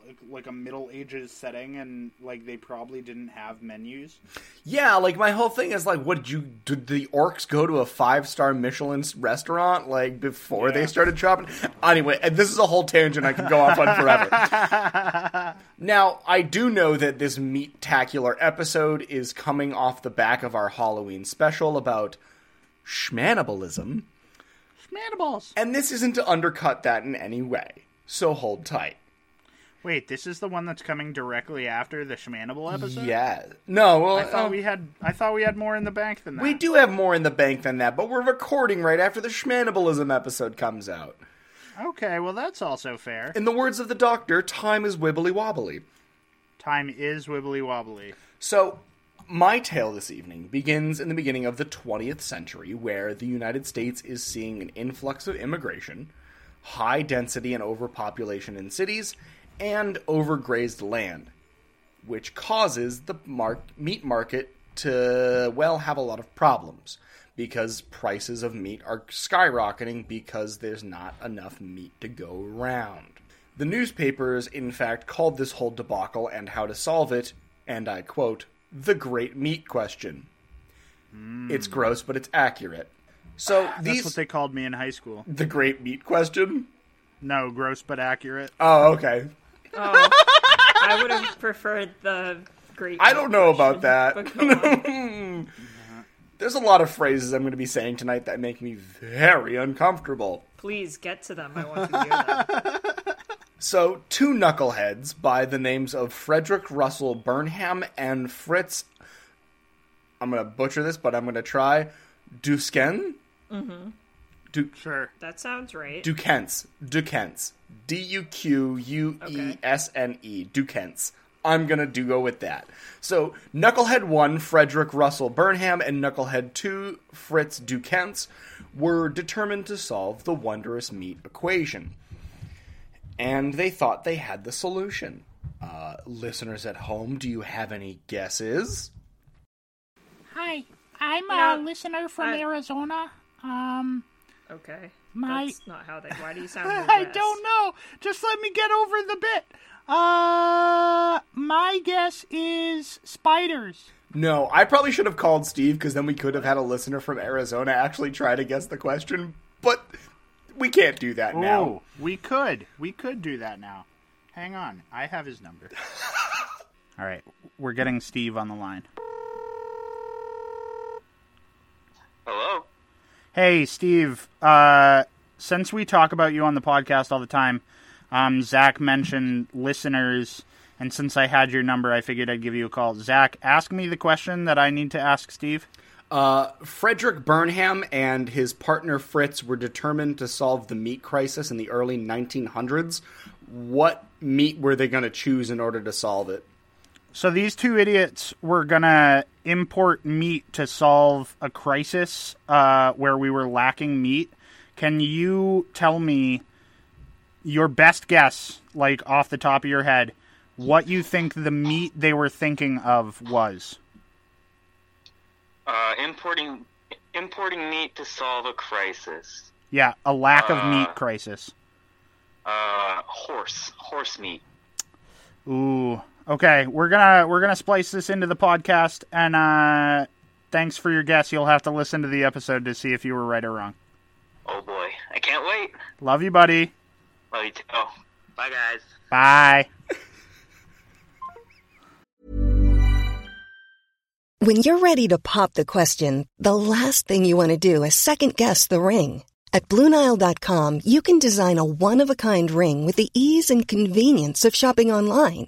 Speaker 3: like, like a middle ages setting and like they probably didn't have menus.
Speaker 2: Yeah, like my whole thing is like, what did you did the orcs go to a five star Michelin s- restaurant like before they started shopping? Anyway, and this is a whole tangent I could go off on forever.
Speaker 3: (laughs)
Speaker 2: now, I do know that this meat-tacular episode is coming off the back of our Halloween special about schmanibalism,
Speaker 3: Manibles.
Speaker 2: and this isn't to undercut that in any way. So hold tight.
Speaker 3: Wait, this is the one that's coming directly after the Schmanible episode?
Speaker 2: Yeah. No. Well,
Speaker 3: I thought
Speaker 2: uh,
Speaker 3: we had I thought we had more in the bank than that.
Speaker 2: We do have more in the bank than that, but we're recording right after the Schmanibalism episode comes out.
Speaker 3: Okay, well that's also fair.
Speaker 2: In the words of the doctor, time is wibbly wobbly.
Speaker 3: Time is wibbly wobbly.
Speaker 2: So, my tale this evening begins in the beginning of the 20th century, where the United States is seeing an influx of immigration, high density and overpopulation in cities, and overgrazed land, which causes the mark- meat market to, well, have a lot of problems because prices of meat are skyrocketing because there's not enough meat to go around. The newspapers, in fact, called this whole debacle and how to solve it, and I quote, the great meat question. It's gross, but it's accurate. So
Speaker 3: Hmm. That's
Speaker 2: these
Speaker 3: what they called me in high school.
Speaker 2: the great meat question.
Speaker 3: No, gross but accurate.
Speaker 2: Oh, okay.
Speaker 1: I would have (laughs) preferred the great.
Speaker 2: I don't know about that.
Speaker 1: But go on.
Speaker 2: (laughs) There's a lot of phrases I'm going to be saying tonight that make me very uncomfortable.
Speaker 1: Please get to them. I want to hear
Speaker 2: (laughs)
Speaker 1: them.
Speaker 2: So, two knuckleheads by the names of Frederick Russell Burnham and Fritz. I'm going to butcher this, but I'm going to try. Dusken?
Speaker 3: Sure.
Speaker 1: That sounds right.
Speaker 2: Dukens. Dukens. D U Q U E S N E. Dukens. I'm gonna do go with that. So Knucklehead one, Frederick Russell Burnham, and Knucklehead two, Fritz Dukens, were determined to solve the wondrous meat equation, and they thought they had the solution. Uh, listeners at home, do you have any guesses?
Speaker 4: Hi, I'm
Speaker 1: Yeah,
Speaker 4: a listener from
Speaker 1: I-
Speaker 4: Arizona. Um,
Speaker 1: okay.
Speaker 4: My-
Speaker 1: That's not how they. Why do
Speaker 4: (laughs)
Speaker 1: you sound?
Speaker 4: I
Speaker 1: Midwest?
Speaker 4: don't know. Just let me get over the bit. Uh, my guess is spiders.
Speaker 2: No, I probably should have called Steve because then we could have had a listener from Arizona actually try to guess the question, but we can't do that now.
Speaker 3: Oh, we could. We could do that now. Hang on. I have
Speaker 2: (laughs)
Speaker 3: his number. All right. We're getting Steve on the line.
Speaker 5: Hello.
Speaker 3: Hey, Steve. Uh, since we talk about you on the podcast all the time, um, Zach mentioned listeners. And since I had your number, I figured I'd give you a call. Zach, ask me the question that I need to ask Steve.
Speaker 2: Uh, Frederick Burnham and his partner Fritz were determined to solve the meat crisis in the early 1900s. What meat were they going to choose in order to solve it?
Speaker 3: So these two idiots were gonna import meat to solve a crisis uh, where we were lacking meat. Can you tell me your best guess, like off the top of your head, what you think the meat they were thinking of was?
Speaker 5: Uh, importing importing meat to solve a crisis.
Speaker 3: Yeah, a lack of meat crisis.
Speaker 5: Uh, horse horse meat.
Speaker 3: Ooh. Okay, we're gonna we're gonna splice this into the podcast, and uh, thanks for your guess. You'll have to listen to the episode to see if you were right or wrong.
Speaker 5: Oh boy, I can't wait.
Speaker 3: Love you, buddy.
Speaker 5: Love you too. Oh, bye guys.
Speaker 3: Bye.
Speaker 6: When you're ready to pop the question, the last thing you want to do is second guess the ring. At Bluenile.com, you can design a one of a kind ring with the ease and convenience of shopping online.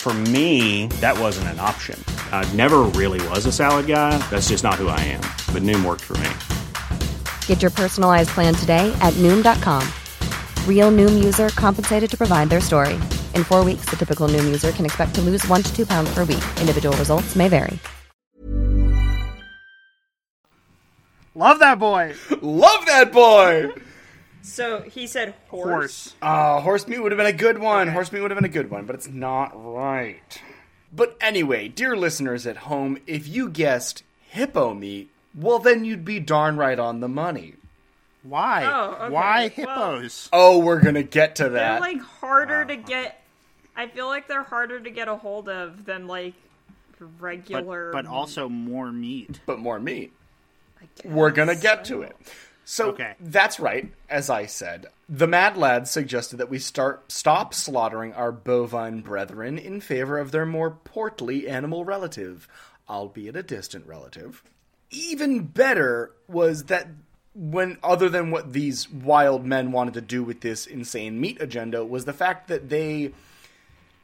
Speaker 7: For me, that wasn't an option. I never really was a salad guy. That's just not who I am. But Noom worked for me.
Speaker 8: Get your personalized plan today at Noom.com. Real Noom user compensated to provide their story. In four weeks, the typical Noom user can expect to lose one to two pounds per week. Individual results may vary.
Speaker 3: Love that boy.
Speaker 2: Love that boy.
Speaker 1: So he said horse.
Speaker 3: Horse.
Speaker 2: Ah, horse meat would have been a good one. Horse meat would have been a good one, but it's not right. But anyway, dear listeners at home, if you guessed hippo meat, well, then you'd be darn right on the money.
Speaker 3: Why?
Speaker 1: Oh, okay.
Speaker 3: Why
Speaker 1: Well-
Speaker 3: hippos?
Speaker 2: Oh, we're gonna get to
Speaker 1: They're
Speaker 2: that.
Speaker 1: like harder
Speaker 2: Uh,
Speaker 1: to get. I feel like they're harder to get a hold of than like
Speaker 3: But,
Speaker 1: regular.
Speaker 3: but also more meat.
Speaker 2: but more meat. We're gonna get to it. So
Speaker 3: Okay.
Speaker 2: that's right. As I said, the Mad Lads suggested that we start stop slaughtering our bovine brethren in favor of their more portly animal relative, albeit a distant relative. Even better was that when other than what these wild men wanted to do with this insane meat agenda was the fact that they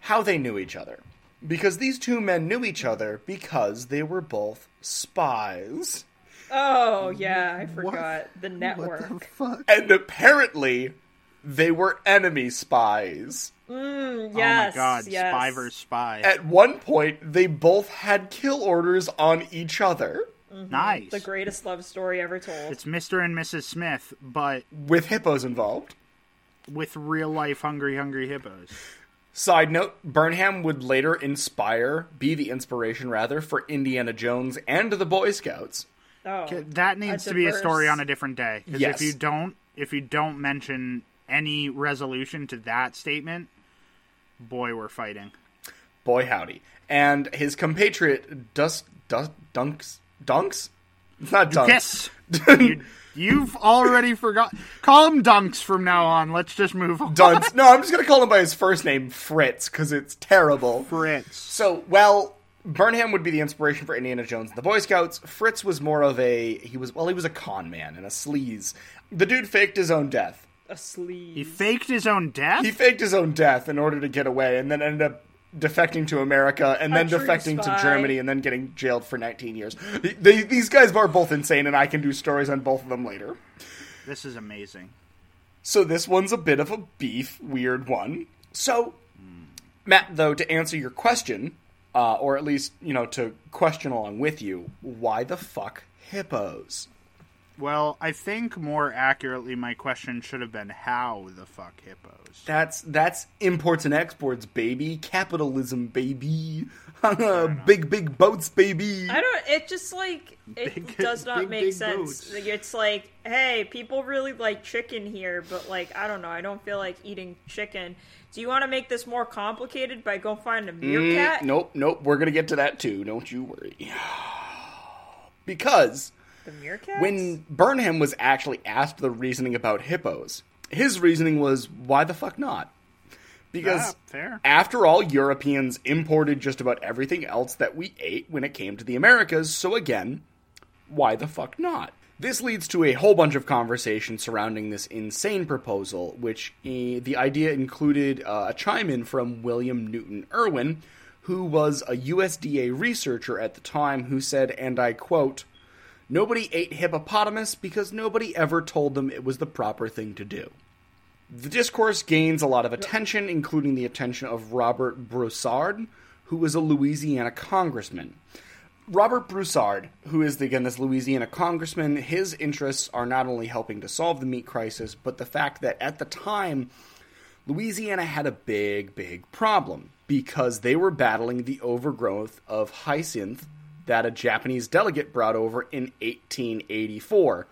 Speaker 2: how they knew each other. Because these two men knew each other because they were both spies.
Speaker 1: oh yeah, I forgot the network.
Speaker 2: And apparently, they were enemy
Speaker 1: yes,
Speaker 2: spies.
Speaker 3: oh my god,
Speaker 1: yes.
Speaker 3: spy versus spy.
Speaker 2: At one point, they both had kill orders on each other
Speaker 3: nice.
Speaker 1: The greatest love story ever told.
Speaker 3: It's Mr. and Mrs. Smith, but
Speaker 2: with hippos involved.
Speaker 3: with real life hungry, hungry hippos.
Speaker 2: Side note, Burnham would later inspire, be the inspiration rather, for Indiana Jones and the Boy Scouts.
Speaker 1: oh,
Speaker 3: That needs to be a story on a different day. Because
Speaker 2: Yes.
Speaker 3: if you don't, if you don't mention any resolution to that statement, boy, we're fighting.
Speaker 2: Boy howdy. And his compatriot, Dust, Dust, Dunks, Dunks? It's not Dunks.
Speaker 3: Yes, you, you've already forgot. Call him Dunks from now on. Let's just move on.
Speaker 2: Dunce. No, I'm just gonna call him by his first name, Fritz, because it's terrible.
Speaker 3: Fritz.
Speaker 2: So, well, Burnham would be the inspiration for Indiana Jones and the Boy Scouts. Fritz was more of a he was well, he was a con man and a sleaze. The dude faked his own death.
Speaker 1: a sleeve.
Speaker 3: He faked his own death.
Speaker 2: He faked his own death in order to get away, and then ended up defecting to America, and then
Speaker 1: true
Speaker 2: defecting
Speaker 1: spy.
Speaker 2: to Germany, and then getting jailed for 19 years. Th- they- these guys are both insane, and I can do stories on both of them later.
Speaker 3: this is amazing.
Speaker 2: So this one's a bit of a beef, weird one. So, Matt, though, to answer your question, uh, or at least you know to question along with you, why the fuck hippos?
Speaker 3: Well, I think more accurately, my question should have been how the fuck hippos.
Speaker 2: That's that's imports and exports, baby. Capitalism, baby. (laughs) big big boats, baby.
Speaker 1: I don't. It just like it does not
Speaker 3: big,
Speaker 1: make
Speaker 3: big
Speaker 1: sense.
Speaker 3: boats.
Speaker 1: Like, It's like, hey, people really like chicken here, but like, I don't know. I don't feel like eating chicken. Do you want to make this more complicated by go find a meerkat?
Speaker 2: Nope, nope. We're gonna get to that too. Don't you worry. (sighs) because
Speaker 1: the meerkat.
Speaker 2: when Burnham was actually asked the reasoning about hippos, his reasoning was why the fuck not? Because
Speaker 3: Ah, fair.
Speaker 2: after all, Europeans imported just about everything else that we ate when it came to the Americas, so again, why the fuck not? This leads to a whole bunch of conversation surrounding this insane proposal, which eh, the idea included uh, a chime in from William Newton Irwin, who was a USDA researcher at the time, who said, and I quote, Nobody ate hippopotamus because nobody ever told them it was the proper thing to do. The discourse gains a lot of attention, including the attention of Robert Broussard, who was a Louisiana congressman. Robert Broussard, who is again this Louisiana congressman, his interests are not only helping to solve the meat crisis, but the fact that at the time, Louisiana had a big, big problem because they were battling the overgrowth of hyacinth that a Japanese delegate brought over in 1884,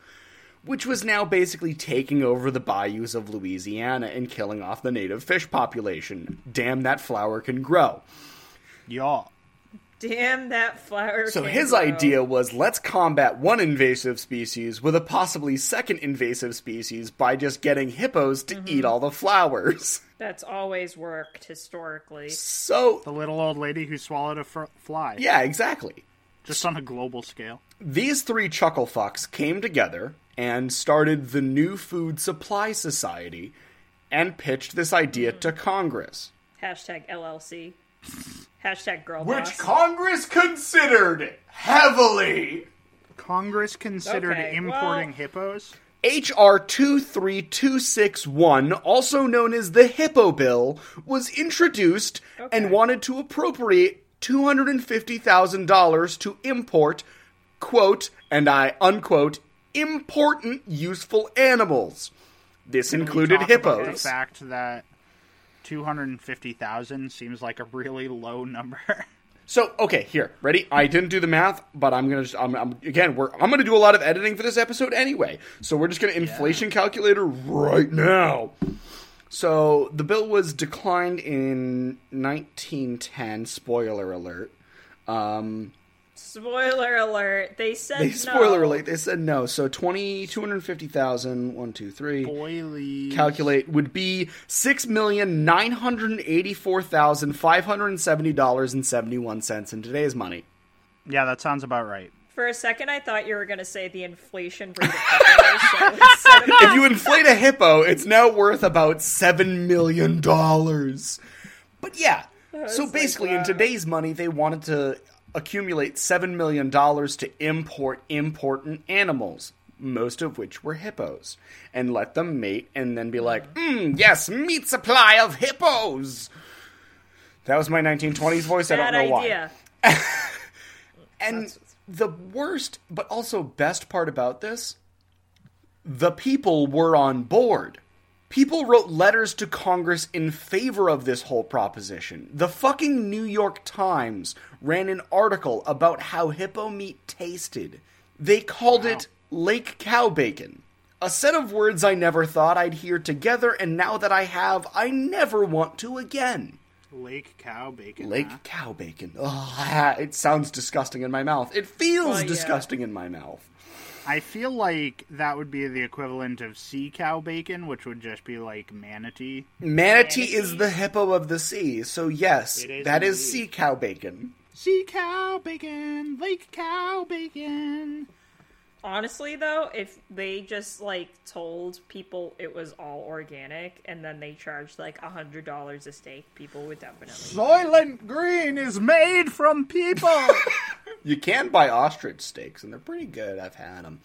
Speaker 2: which was now basically taking over the bayous of Louisiana and killing off the native fish population. Damn, that flower can grow.
Speaker 3: Yeah.
Speaker 1: Damn that flower.
Speaker 2: So
Speaker 1: can
Speaker 2: his
Speaker 1: grow.
Speaker 2: idea was let's combat one invasive species with a possibly second invasive species by just getting hippos to
Speaker 1: Mm-hmm.
Speaker 2: eat all the flowers. (laughs)
Speaker 1: That's always worked historically.
Speaker 2: So
Speaker 3: The little old lady who swallowed a fr- fly.
Speaker 2: yeah, exactly.
Speaker 3: Just on a global scale.
Speaker 2: These three chuckle fucks came together and started the New Food Supply Society and pitched this idea
Speaker 1: Mm.
Speaker 2: to Congress.
Speaker 1: Hashtag LLC. Hashtag girl boss.
Speaker 2: Congress considered heavily.
Speaker 3: Congress considered
Speaker 1: Okay,
Speaker 3: importing
Speaker 1: well-
Speaker 3: hippos.
Speaker 2: H.R. 23261, also known as the Hippo Bill, was introduced and wanted to appropriate $250,000 to import, quote, and I unquote, important useful animals. This included
Speaker 3: Talk about
Speaker 2: hippos.
Speaker 3: The fact that 250,000 seems like a really low number. (laughs)
Speaker 2: So okay, here, ready? I didn't do the math, but I'm gonna. Just, I'm, I'm again. We're. I'm gonna do a lot of editing for this episode anyway. So we're just gonna inflation calculator right now. So the bill was declined in 1910. Spoiler alert. Um,
Speaker 1: Spoiler alert. They said
Speaker 2: they,
Speaker 1: no.
Speaker 2: (laughs) Spoiler alert. They said no. So 20, 250,000, one, two, three.
Speaker 3: Boily.
Speaker 2: Calculate would be six million nine hundred eighty-four thousand five hundred seventy dollars and seventy-one cents in today's money.
Speaker 3: yeah, that sounds about right.
Speaker 1: For a second, I thought you were going to say the inflation rate of population. instead
Speaker 2: (laughs)
Speaker 1: of-
Speaker 2: if you inflate a hippo, it's now worth about seven million dollars. But yeah, so basically,
Speaker 1: uh,
Speaker 2: in today's money, they wanted to accumulate seven million dollars to import important animals, most of which were hippos, and let them mate, and then be like, mm, "Yes, meat supply of hippos." That was my 1920s voice. I
Speaker 1: Bad
Speaker 2: don't know why.
Speaker 1: idea.
Speaker 2: And the worst, but also best part about this, the people were on board. People wrote letters to Congress in favor of this whole proposition. The fucking New York Times ran an article about how hippo meat tasted. They called it lake cow bacon. A set of words I never thought I'd hear together, and now that I have, I never want to again.
Speaker 3: Lake cow bacon.
Speaker 2: Lake
Speaker 3: huh?
Speaker 2: cow bacon. Oh, it sounds disgusting in my mouth. It feels disgusting in my mouth.
Speaker 3: I feel like that would be the equivalent of sea cow bacon, which would just be like manatee.
Speaker 2: Manatee, is the hippo of the sea, so yes,
Speaker 3: It is
Speaker 2: that is
Speaker 3: indeed.
Speaker 2: sea cow bacon.
Speaker 3: Sea cow bacon, lake cow bacon.
Speaker 1: Honestly, though, if they just like told people it was all organic and then they charged like a hundred dollars a steak, people would definitely.
Speaker 3: Soylent Green is made from people.
Speaker 2: (laughs) You can buy ostrich steaks, and they're pretty good. I've had them.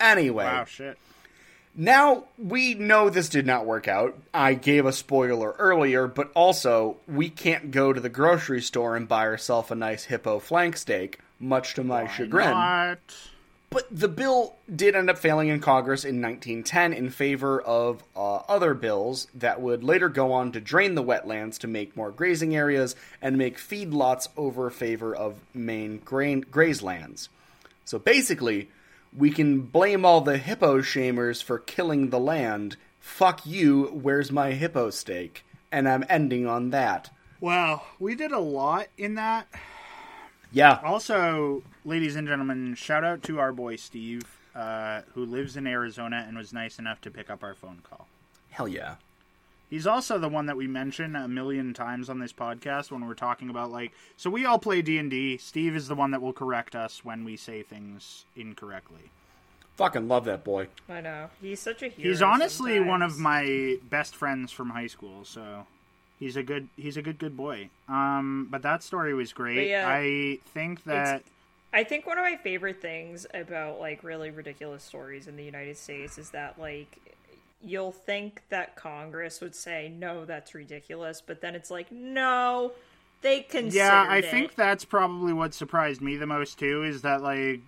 Speaker 2: Anyway,
Speaker 3: wow, shit.
Speaker 2: now we know this did not work out. I gave a spoiler earlier, but also, we can't go to the grocery store and buy ourselves a nice hippo flank steak, much to my chagrin.
Speaker 3: What?
Speaker 2: But the bill did end up failing in Congress in 1910 in favor of uh, other bills that would later go on to drain the wetlands to make more grazing areas and make feedlots over favor of main grain grazelands. So basically, we can blame all the hippo shamers for killing the land. Fuck you, where's my hippo steak? And I'm ending on that.
Speaker 3: Wow, we did a lot in that.
Speaker 2: Yeah.
Speaker 3: Also, ladies and gentlemen, shout out to our boy Steve, uh, who lives in Arizona and was nice enough to pick up our phone call.
Speaker 2: Hell yeah.
Speaker 3: He's also the one that we mention a million times on this podcast when we're talking about like so we all play D&D. Steve is the one that will correct us when we say things incorrectly.
Speaker 2: Fucking love that boy.
Speaker 1: I know he's such a hero.
Speaker 3: He's honestly
Speaker 1: sometimes.
Speaker 3: one of my best friends from high school, so he's a good he's a good good boy. Um but that story was great.
Speaker 1: yeah,
Speaker 3: I think that
Speaker 1: I think one of my favorite things about like really ridiculous stories in the United States is that like you'll think that Congress would say no, that's ridiculous, but then it's like no, They considered
Speaker 3: yeah, I
Speaker 1: it.
Speaker 3: think that's probably what surprised me the most too is that like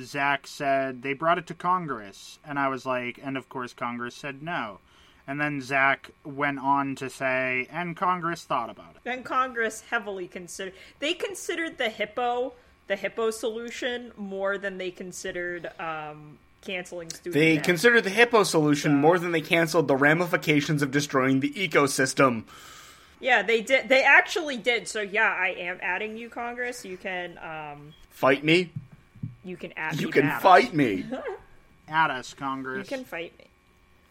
Speaker 3: Zach said they brought it to Congress, and I was like, and of course Congress said no, and then Zach went on to say, and Congress thought about it.
Speaker 1: And Congress heavily considered. They considered the hippo, the hippo solution, more than they considered um, canceling student.
Speaker 2: They
Speaker 1: debt.
Speaker 2: considered the hippo solution more than they canceled the ramifications of destroying the ecosystem.
Speaker 1: Yeah, they did. They actually did. So yeah, I am adding you, Congress. You can, um,
Speaker 2: Fight me?
Speaker 1: you can add.
Speaker 2: You
Speaker 1: me
Speaker 2: can
Speaker 1: back.
Speaker 2: fight me.
Speaker 3: At us,
Speaker 1: You
Speaker 3: Congress.
Speaker 1: can fight me.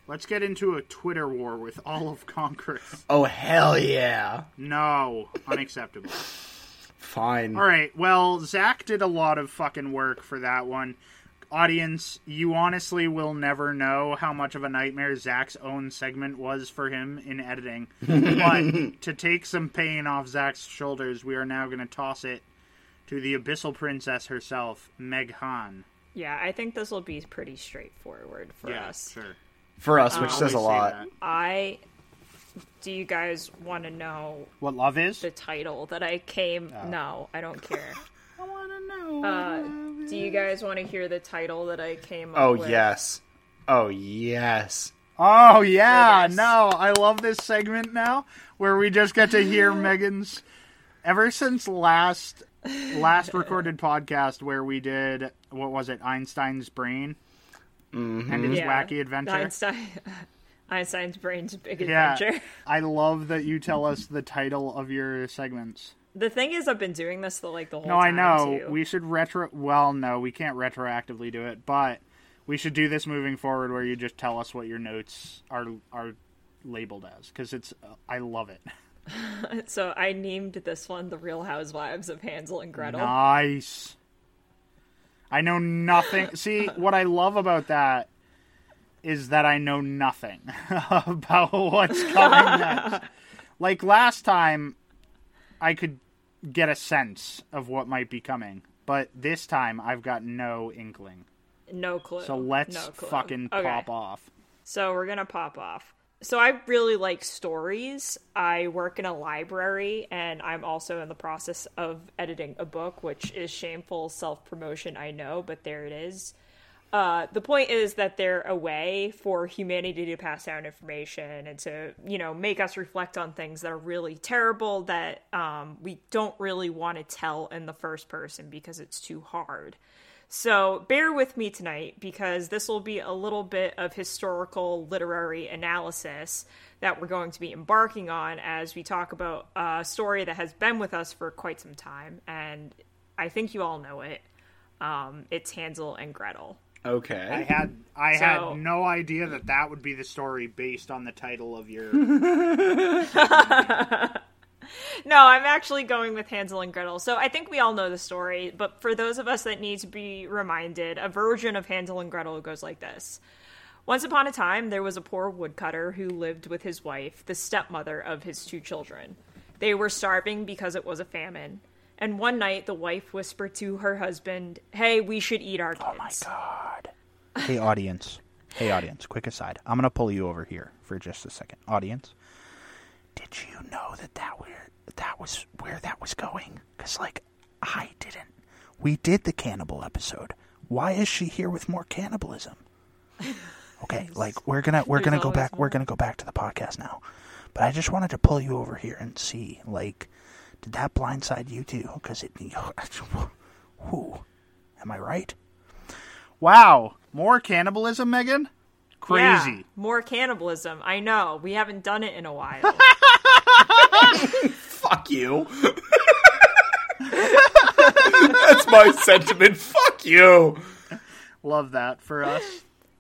Speaker 3: Let's get into a Twitter war with all of Congress.
Speaker 2: Oh, hell yeah.
Speaker 3: No, unacceptable.
Speaker 2: Fine.
Speaker 3: All right. Well, Zach did a lot of fucking work for that one. Audience, you honestly will never know how much of a nightmare Zach's own segment was for him
Speaker 2: (laughs)
Speaker 3: in editing. but to take some pain off Zach's shoulders, we are now going to toss it to the Abyssal Princess herself, Meg Han.
Speaker 1: Yeah, I think this will be pretty straightforward for
Speaker 3: Yeah,
Speaker 1: us.
Speaker 3: sure.
Speaker 2: For us, which says
Speaker 3: Always
Speaker 2: a
Speaker 3: say
Speaker 2: lot.
Speaker 3: that.
Speaker 1: I. Do you guys want to know
Speaker 3: What love is?
Speaker 1: the title that I came? No, I don't care.
Speaker 3: (laughs) I want to know.
Speaker 1: Uh, do you guys want to hear the title that I came up
Speaker 2: Oh,
Speaker 1: with?
Speaker 2: yes. Oh, yes.
Speaker 3: Oh yeah,
Speaker 1: this.
Speaker 3: no, I love this segment now where we just get
Speaker 1: (laughs)
Speaker 3: to hear Megan's ever since last last recorded podcast where we did what was it, Einstein's brain and his
Speaker 1: Yeah.
Speaker 3: wacky adventure.
Speaker 1: Einstein, (laughs) Einstein's brain's big
Speaker 3: Yeah.
Speaker 1: adventure.
Speaker 3: I love that you tell us the title of your segments.
Speaker 1: The thing is, I've been doing this the, like the whole
Speaker 3: No, I
Speaker 1: time.
Speaker 3: know.
Speaker 1: too.
Speaker 3: We should retro well, no, we can't retroactively do it, but we should do this moving forward where you just tell us what your notes are are labeled as cuz it's I love it.
Speaker 1: (laughs) So I named this one "The Real Housewives of Hansel and Gretel."
Speaker 3: Nice. I
Speaker 1: (laughs)
Speaker 3: know nothing. See, what I love about that is that I know nothing (laughs) about what's
Speaker 1: (laughs)
Speaker 3: coming next. Like last time, I could get a sense of what might be coming, but this time I've got no inkling.
Speaker 1: No clue.
Speaker 3: So let's
Speaker 1: No clue.
Speaker 3: fucking
Speaker 1: Okay.
Speaker 3: pop off.
Speaker 1: So we're gonna pop off. So I really like stories. I work in a library, and I'm also in the process of editing a book, which is shameful self promotion. I know, but there it is. Uh, the point is that they're a way for humanity to pass down information and to you know make us reflect on things that are really terrible that um, we don't really want to tell in the first person because it's too hard. So bear with me tonight because this will be a little bit of historical literary analysis that we're going to be embarking on as we talk about a story that has been with us for quite some time, and I think you all know it. Um, it's Hansel and Gretel.
Speaker 2: Okay.
Speaker 3: I had I
Speaker 1: So-
Speaker 3: had no idea that that would be the story based on the title
Speaker 1: (laughs)
Speaker 3: of your.
Speaker 1: No, I'm actually going with Hansel and Gretel. So I think we all know the story, but for those of us that need to be reminded, a version of Hansel and Gretel goes like this. Once upon a time, there was a poor woodcutter who lived with his wife, the stepmother of his two children. They were starving because it was a famine. And one night, the wife whispered to her husband, Hey, we should eat our kids.
Speaker 4: Hey, audience. Hey, audience. Quick aside. I'm going to pull you over here for just a second. Audience, did you know that that where that was where that was going? Because like I didn't. We did the cannibal episode. Why is she here with more
Speaker 1: (laughs)
Speaker 4: cannibalism? Okay, like we're gonna we're
Speaker 1: There's
Speaker 4: gonna go
Speaker 1: always
Speaker 4: back
Speaker 1: more.
Speaker 4: we're gonna go back to the podcast now. But I just wanted to pull you over here and see like did that blindside you too? Because it. (laughs) Who? Am I right?
Speaker 3: Wow, more cannibalism, Megan. Crazy.
Speaker 1: Yeah, more cannibalism. I know. We haven't done it in a while.
Speaker 2: (laughs) Fuck you. (laughs) That's my sentiment. Fuck you.
Speaker 3: Love that for us.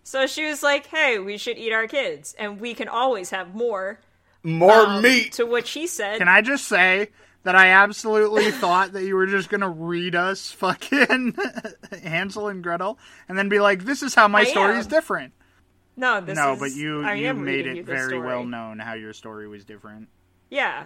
Speaker 1: So she was like, "Hey, we should eat our kids, and we can always have more."
Speaker 2: More
Speaker 3: (laughs)
Speaker 2: meat.
Speaker 1: To which he said,
Speaker 3: Can I just say that I
Speaker 1: (laughs)
Speaker 3: absolutely thought that you were just gonna read us fucking (laughs) Hansel and Gretel and then be like, "This is how my
Speaker 1: I
Speaker 3: story
Speaker 1: am.
Speaker 3: is different."
Speaker 1: "No, this
Speaker 3: no,
Speaker 1: is-
Speaker 3: but you
Speaker 1: I
Speaker 3: you
Speaker 1: am
Speaker 3: made
Speaker 1: reading
Speaker 3: it
Speaker 1: you this
Speaker 3: very
Speaker 1: story.
Speaker 3: well known how your story was different.
Speaker 1: Yeah,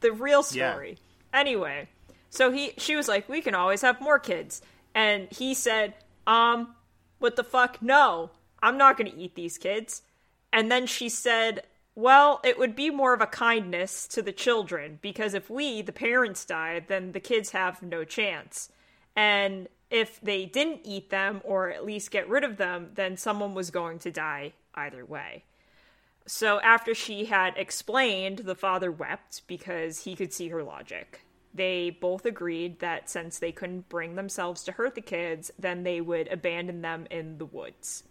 Speaker 1: the real
Speaker 3: Yeah.
Speaker 1: story. Anyway, so he she was like, "We can always have more kids," and he said, "Um, what the fuck? No, I'm not going to eat these kids." And then she said, Well, it would be more of a kindness to the children because if we, the parents, die, then the kids have no chance. And if they didn't eat them or at least get rid of them, then someone was going to die either way. So after she had explained, the father wept because he could see her logic. They both agreed that since they couldn't bring themselves to hurt the kids, then they would abandon them in the woods.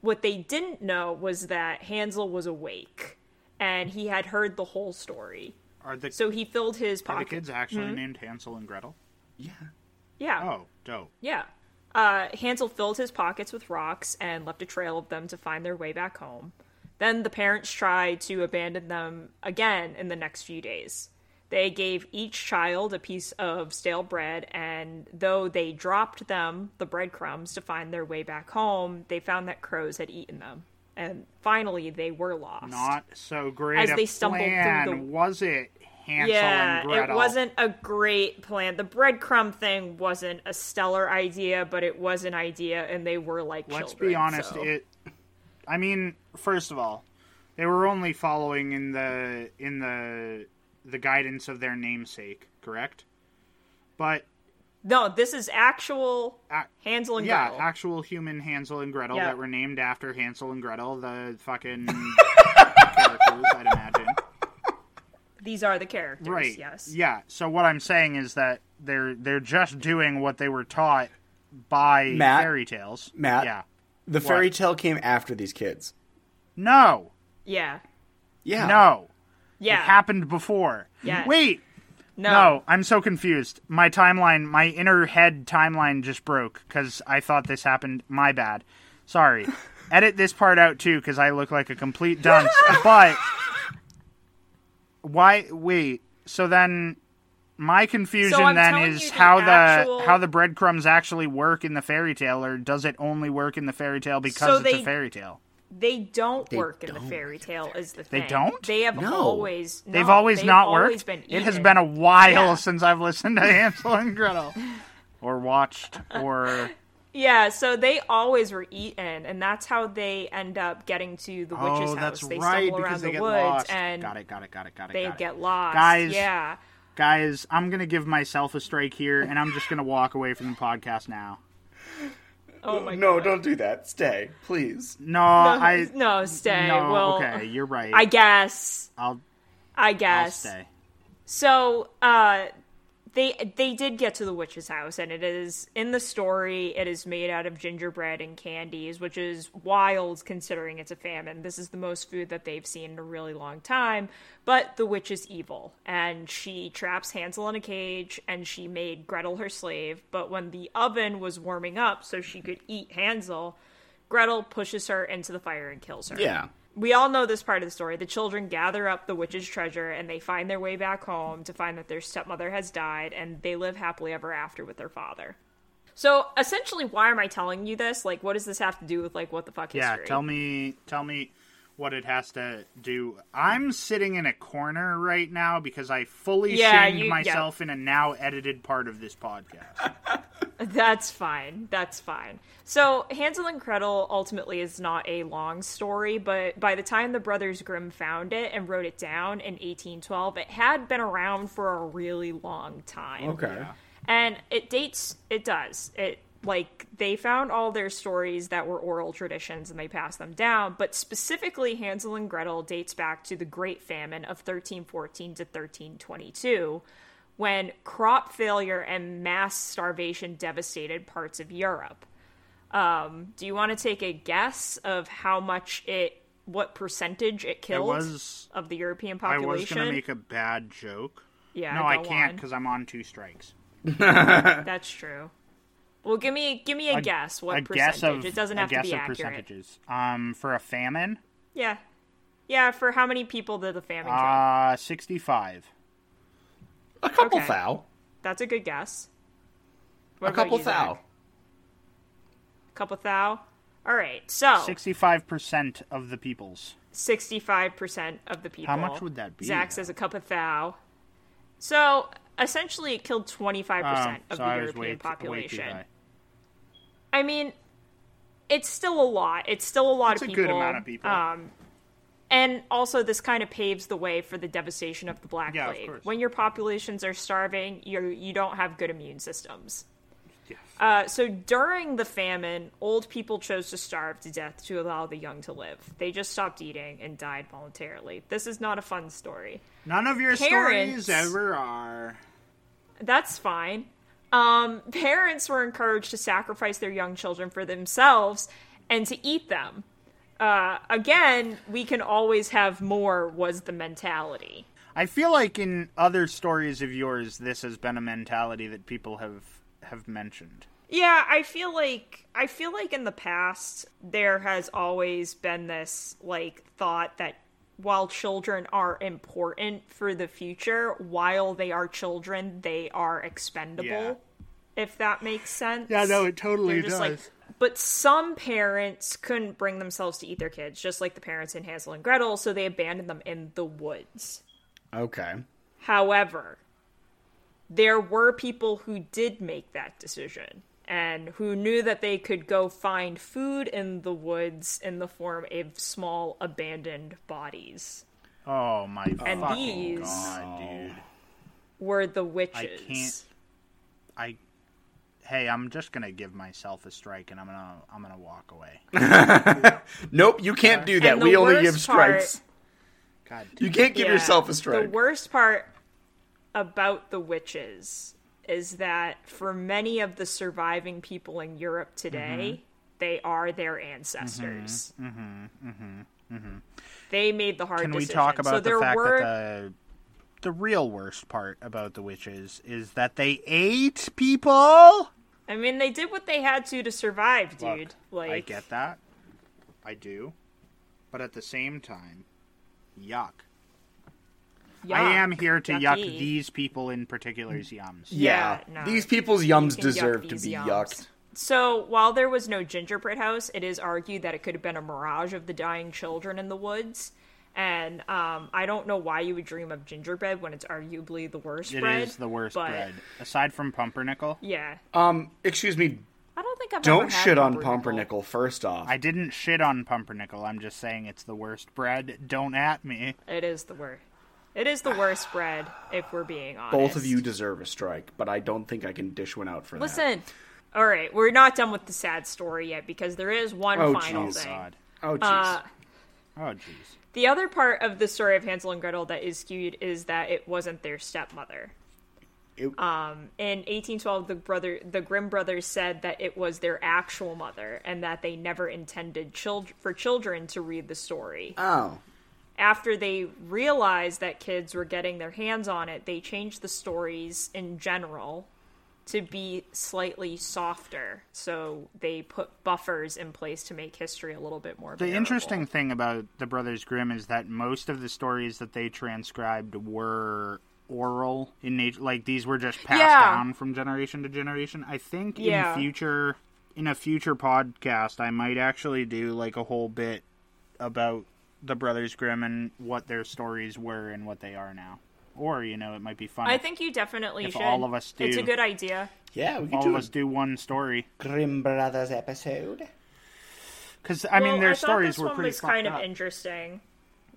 Speaker 1: What they didn't know was that Hansel was awake and he had heard the whole story.
Speaker 3: Are the
Speaker 1: So he filled his
Speaker 3: are the
Speaker 1: pocket.
Speaker 3: kids actually
Speaker 1: Mhm.
Speaker 3: named Hansel and Gretel?
Speaker 1: Yeah.
Speaker 3: Oh, dope.
Speaker 1: Yeah. Uh, Hansel filled his pockets with rocks and left a trail of them to find their way back home. Then the parents tried to abandon them again in the next few days. They gave each child a piece of stale bread, and though they dropped them, the breadcrumbs, to find their way back home, they found that crows had eaten them. And finally, they were lost.
Speaker 3: Not so great
Speaker 1: As
Speaker 3: a
Speaker 1: they stumbled through
Speaker 3: plan,
Speaker 1: the-
Speaker 3: was it? Hansel
Speaker 1: yeah,
Speaker 3: and
Speaker 1: it
Speaker 3: Gretel.
Speaker 1: wasn't a great plan. The breadcrumb thing wasn't a stellar idea, but it was an idea, and they were like
Speaker 3: Let's
Speaker 1: children,
Speaker 3: be honest.
Speaker 1: so-
Speaker 3: It. I mean, first of all, they were only following in the in the the guidance of their namesake, correct? But
Speaker 1: No, this is actual Hansel and
Speaker 3: yeah,
Speaker 1: Gretel.
Speaker 3: actual human Hansel and Gretel
Speaker 1: Yeah.
Speaker 3: that were named after Hansel and Gretel, the
Speaker 1: (laughs)
Speaker 3: fucking characters, I'd imagine.
Speaker 1: These are the characters.
Speaker 3: Right.
Speaker 1: Yes.
Speaker 3: Yeah. So what I'm saying is that they're they're just doing what they were taught by
Speaker 2: Matt?
Speaker 3: fairy tales.
Speaker 2: Matt,
Speaker 3: Yeah.
Speaker 2: the
Speaker 3: What?
Speaker 2: fairy tale came after these kids.
Speaker 3: No.
Speaker 1: Yeah.
Speaker 2: Yeah.
Speaker 3: No.
Speaker 1: Yeah.
Speaker 3: It happened before.
Speaker 1: Yes.
Speaker 3: Wait.
Speaker 1: No.
Speaker 3: I'm so confused. My timeline, my inner head timeline just broke because I thought this happened. My bad.
Speaker 1: (laughs)
Speaker 3: Sorry. Edit this part out too because I look like a complete dunce. but why? Wait. So then, my confusion
Speaker 1: I'm
Speaker 3: then
Speaker 1: telling
Speaker 3: is
Speaker 1: you the
Speaker 3: how the
Speaker 1: actual-
Speaker 3: how the breadcrumbs actually work in the fairy tale, or does it only work in the fairy tale because
Speaker 1: So
Speaker 3: it's
Speaker 1: they-
Speaker 3: a fairy tale?
Speaker 1: They don't work in the fairy tale. Is the
Speaker 3: They
Speaker 1: thing.
Speaker 3: don't?
Speaker 1: They have
Speaker 2: No.
Speaker 1: always.
Speaker 3: They've
Speaker 1: no,
Speaker 3: always
Speaker 1: they've
Speaker 3: not
Speaker 1: always
Speaker 3: worked.
Speaker 1: Been
Speaker 3: it has
Speaker 1: eaten.
Speaker 3: been a while
Speaker 1: Yeah.
Speaker 3: since I've
Speaker 1: (laughs)
Speaker 3: listened to Hansel and Gretel, or watched,
Speaker 1: (laughs)
Speaker 3: or
Speaker 1: Yeah. So they always were eaten, and that's how they end up getting to the witch's
Speaker 3: oh,
Speaker 1: house.
Speaker 3: that's
Speaker 1: they
Speaker 3: right
Speaker 1: stumble around
Speaker 3: because they
Speaker 1: the
Speaker 3: get
Speaker 1: woods
Speaker 3: lost.
Speaker 1: and
Speaker 3: got it, got it, got it, got it.
Speaker 1: they
Speaker 3: got it.
Speaker 1: get lost.
Speaker 3: guys.
Speaker 1: Yeah.
Speaker 3: Guys, I'm gonna give myself a strike here, and I'm just gonna walk away from the podcast now.
Speaker 1: Oh my
Speaker 2: No,
Speaker 1: God.
Speaker 2: don't do that. Stay, please.
Speaker 1: (laughs)
Speaker 3: No, I
Speaker 1: no, stay.
Speaker 3: No,
Speaker 1: well,
Speaker 3: okay, you're right.
Speaker 1: I guess.
Speaker 3: I'll,
Speaker 1: I
Speaker 3: I'll
Speaker 1: guess.
Speaker 3: stay.
Speaker 1: So, uh, they they did get to the witch's house, and it is in the story. It is made out of gingerbread and candies, which is wild considering it's a famine. This is the most food that they've seen in a really long time. But the witch is evil, and she traps Hansel in a cage, and she made Gretel her slave. But when the oven was warming up, so she could eat Hansel, Gretel pushes her into the fire and kills her.
Speaker 2: Yeah.
Speaker 1: We all know this part of the story. The children gather up the witch's treasure and they find their way back home to find that their stepmother has died and they live happily ever after with their father. So, essentially, why am I telling you this? Like, what does this have to do with, like, what the fuck
Speaker 3: Yeah,
Speaker 1: history?
Speaker 3: tell me, tell me what it has to do. I'm sitting in a corner right now because I fully
Speaker 1: Yeah,
Speaker 3: shamed
Speaker 1: you- yeah.
Speaker 3: myself in a now edited part of this podcast.
Speaker 1: (laughs) That's fine. That's fine. So, Hansel and Gretel ultimately is not a long story, but by the time the Brothers Grimm found it and wrote it down in 1812, it had been around for a really long time.
Speaker 2: Okay.
Speaker 1: and it dates it does it like they found all their stories that were oral traditions and they passed them down but specifically hansel and gretel dates back to the great famine of 1314 to 1322 when crop failure and mass starvation devastated parts of europe um, do you want to take a guess of how much it what percentage it killed
Speaker 3: was-
Speaker 1: of the european
Speaker 3: I
Speaker 1: population
Speaker 3: was gonna make a bad joke.
Speaker 1: Yeah,
Speaker 3: no, I
Speaker 1: go
Speaker 3: can't
Speaker 1: on.
Speaker 3: because I'm on two strikes.
Speaker 1: That's true. Well, give me give me a, guess. What
Speaker 3: a
Speaker 1: percentage?
Speaker 3: guess of
Speaker 1: it doesn't
Speaker 3: a
Speaker 1: have to
Speaker 3: guess
Speaker 1: be
Speaker 3: of
Speaker 1: accurate.
Speaker 3: percentages. Um, for a famine,
Speaker 1: Yeah, yeah. For how many people did the famine kill?
Speaker 3: uh, sixty-five.
Speaker 2: A couple
Speaker 1: Okay.
Speaker 2: thou.
Speaker 1: That's a good guess. What
Speaker 2: A
Speaker 1: about
Speaker 2: couple
Speaker 1: you,
Speaker 2: thou.
Speaker 1: Zach? Couple thou. All right. So
Speaker 3: Sixty-five percent of the peoples.
Speaker 1: sixty-five percent of the people.
Speaker 3: How much would that be,
Speaker 1: Zach
Speaker 3: though?
Speaker 1: says a cup of thou. So essentially, it killed twenty-five percent
Speaker 3: Um,
Speaker 1: of
Speaker 3: so
Speaker 1: the
Speaker 3: I was
Speaker 1: European
Speaker 3: way, t- way too
Speaker 1: population.
Speaker 3: high.
Speaker 1: I mean, it's still a lot. It's still a lot
Speaker 3: It's a
Speaker 1: of people.
Speaker 3: good amount of people.
Speaker 1: Um, And also, this kind of paves the way for the devastation of the Black
Speaker 3: Yeah, of
Speaker 1: Plague.
Speaker 3: course.
Speaker 1: When your populations are starving, you you don't have good immune systems. Uh, so during the famine, old people chose to starve to death to allow the young to live. They just stopped eating and died voluntarily. This is not a fun story.
Speaker 3: None of your
Speaker 1: Parents-
Speaker 3: stories ever are.
Speaker 1: That's fine. Um, (laughs) parents were encouraged to sacrifice their young children for themselves and to eat them. Uh, again, we can always have more, was the mentality.
Speaker 3: I feel like in other stories of yours, this has been a mentality that people have have mentioned.
Speaker 1: Yeah, I feel like I feel like in the past there has always been this like thought that while children are important for the future, while they are children, they are expendable.
Speaker 3: Yeah.
Speaker 1: If that makes sense.
Speaker 3: Yeah, no, it totally
Speaker 1: They're just like-
Speaker 3: does.
Speaker 1: but some parents couldn't bring themselves to eat their kids, just like the parents in Hansel and Gretel, so they abandoned them in the woods.
Speaker 2: Okay.
Speaker 1: However, there were people who did make that decision and who knew that they could go find food in the woods in the form of small abandoned bodies.
Speaker 3: Oh my
Speaker 1: And
Speaker 3: fucking
Speaker 1: these-
Speaker 3: god, dude!
Speaker 1: Were the
Speaker 3: I
Speaker 1: witches.
Speaker 3: can't. I. Hey, I'm just gonna give myself a strike, and I'm gonna I'm gonna walk away.
Speaker 2: Nope, you can't do that.
Speaker 1: Uh, And the
Speaker 2: We only
Speaker 1: worst
Speaker 2: give strikes.
Speaker 3: God, damn.
Speaker 2: You can't give
Speaker 1: Yeah.
Speaker 2: yourself a
Speaker 1: The
Speaker 2: strike.
Speaker 1: worst part about the witches is that for many of the surviving people in Europe today,
Speaker 3: Mm-hmm.
Speaker 1: they are their ancestors. Mm-hmm, mm-hmm, mm-hmm. They made the hard
Speaker 3: can we
Speaker 1: decision.
Speaker 3: talk
Speaker 1: so
Speaker 3: about
Speaker 1: there
Speaker 3: the fact
Speaker 1: were
Speaker 3: that the the real worst part about the witches is that they ate people?
Speaker 1: I mean, they did what they had to to survive, dude.
Speaker 3: Look,
Speaker 1: like,
Speaker 3: I get that. I do. But at the same time, yuck. I am here to yuck
Speaker 1: yucky.
Speaker 3: these people in particular's yums.
Speaker 2: yeah.
Speaker 1: yeah, no.
Speaker 2: These people's yums
Speaker 1: can yuck
Speaker 2: deserve to
Speaker 1: these
Speaker 2: be
Speaker 1: yums.
Speaker 2: yucked.
Speaker 1: So, while there was no gingerbread house, it is argued that it could have been a mirage of the dying children in the woods. And um, I don't know why you would dream of gingerbread when it's arguably the worst
Speaker 3: It is
Speaker 1: bread.
Speaker 3: the worst
Speaker 1: but-
Speaker 3: bread. Aside from pumpernickel,
Speaker 1: Yeah,
Speaker 2: Um, excuse me.
Speaker 1: I don't think I've ever
Speaker 2: Don't
Speaker 1: had
Speaker 2: shit on pumpernickel. First off,
Speaker 3: I didn't shit on pumpernickel. I'm just saying it's the worst bread. Don't at me.
Speaker 1: It is the worst. It is the worst bread, if we're being honest.
Speaker 2: both of you deserve a strike, but I don't think I can dish one out for that.
Speaker 1: Listen. All right, we're not done with the sad story yet because there is one
Speaker 2: Oh,
Speaker 1: final
Speaker 2: jeez.
Speaker 1: thing.
Speaker 3: God.
Speaker 2: Oh jeez.
Speaker 1: uh,
Speaker 3: Oh jeez.
Speaker 1: The other part of the story of Hansel and Gretel that is skewed is that it wasn't their stepmother.
Speaker 2: It-
Speaker 1: um, in 1812, the brother, the Grimm brothers, said that it was their actual mother, and that they never intended child- for children to read the story.
Speaker 2: oh.
Speaker 1: After they realized that kids were getting their hands on it, they changed the stories in general to be slightly softer. So they put buffers in place to make history a little bit more.
Speaker 3: The
Speaker 1: bearable.
Speaker 3: interesting thing about the Brothers Grimm is that most of the stories that they transcribed were oral in nature. Like these were just passed
Speaker 1: Yeah.
Speaker 3: down from generation to generation. I think
Speaker 1: Yeah.
Speaker 3: in future, in a future podcast, I might actually do like a whole bit about the Brothers Grimm and what their stories were and what they are now. Or you know, it might be fun.
Speaker 1: I
Speaker 3: if
Speaker 1: think you definitely
Speaker 3: if
Speaker 1: should.
Speaker 3: all of us
Speaker 1: It's
Speaker 3: do.
Speaker 1: a good idea.
Speaker 2: Yeah, we can
Speaker 3: all
Speaker 2: do
Speaker 3: of
Speaker 2: a
Speaker 3: us do one story
Speaker 2: Grimm Brothers episode.
Speaker 3: because I mean
Speaker 1: Well,
Speaker 3: their
Speaker 1: I thought
Speaker 3: stories
Speaker 1: this
Speaker 3: were
Speaker 1: one
Speaker 3: pretty
Speaker 1: was kind
Speaker 3: fucked
Speaker 1: of
Speaker 3: up.
Speaker 1: interesting.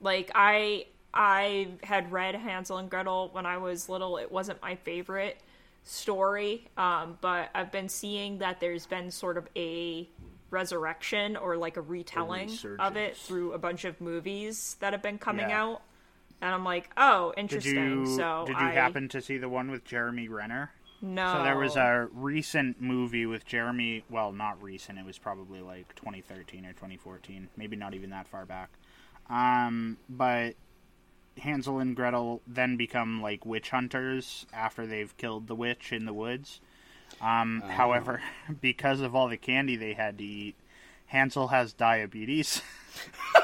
Speaker 1: Like I I had read Hansel and Gretel when I was little. It wasn't my favorite story, um, but I've been seeing that there's been sort of a resurrection or like a retelling of it through a bunch of movies that have been coming
Speaker 3: Yeah.
Speaker 1: out. And I'm like, oh,
Speaker 3: Did
Speaker 1: interesting.
Speaker 3: you
Speaker 1: so
Speaker 3: did you
Speaker 1: I,
Speaker 3: happen to see the one with Jeremy Renner?
Speaker 1: No,
Speaker 3: So there was a recent movie with Jeremy. Well, not recent. It was probably like 2013 or 2014. Maybe not even that far back. Um, but Hansel and Gretel then become like witch hunters after they've killed the witch in the woods. Um, However, (laughs) because of all the candy they had to eat, Hansel has diabetes. (laughs)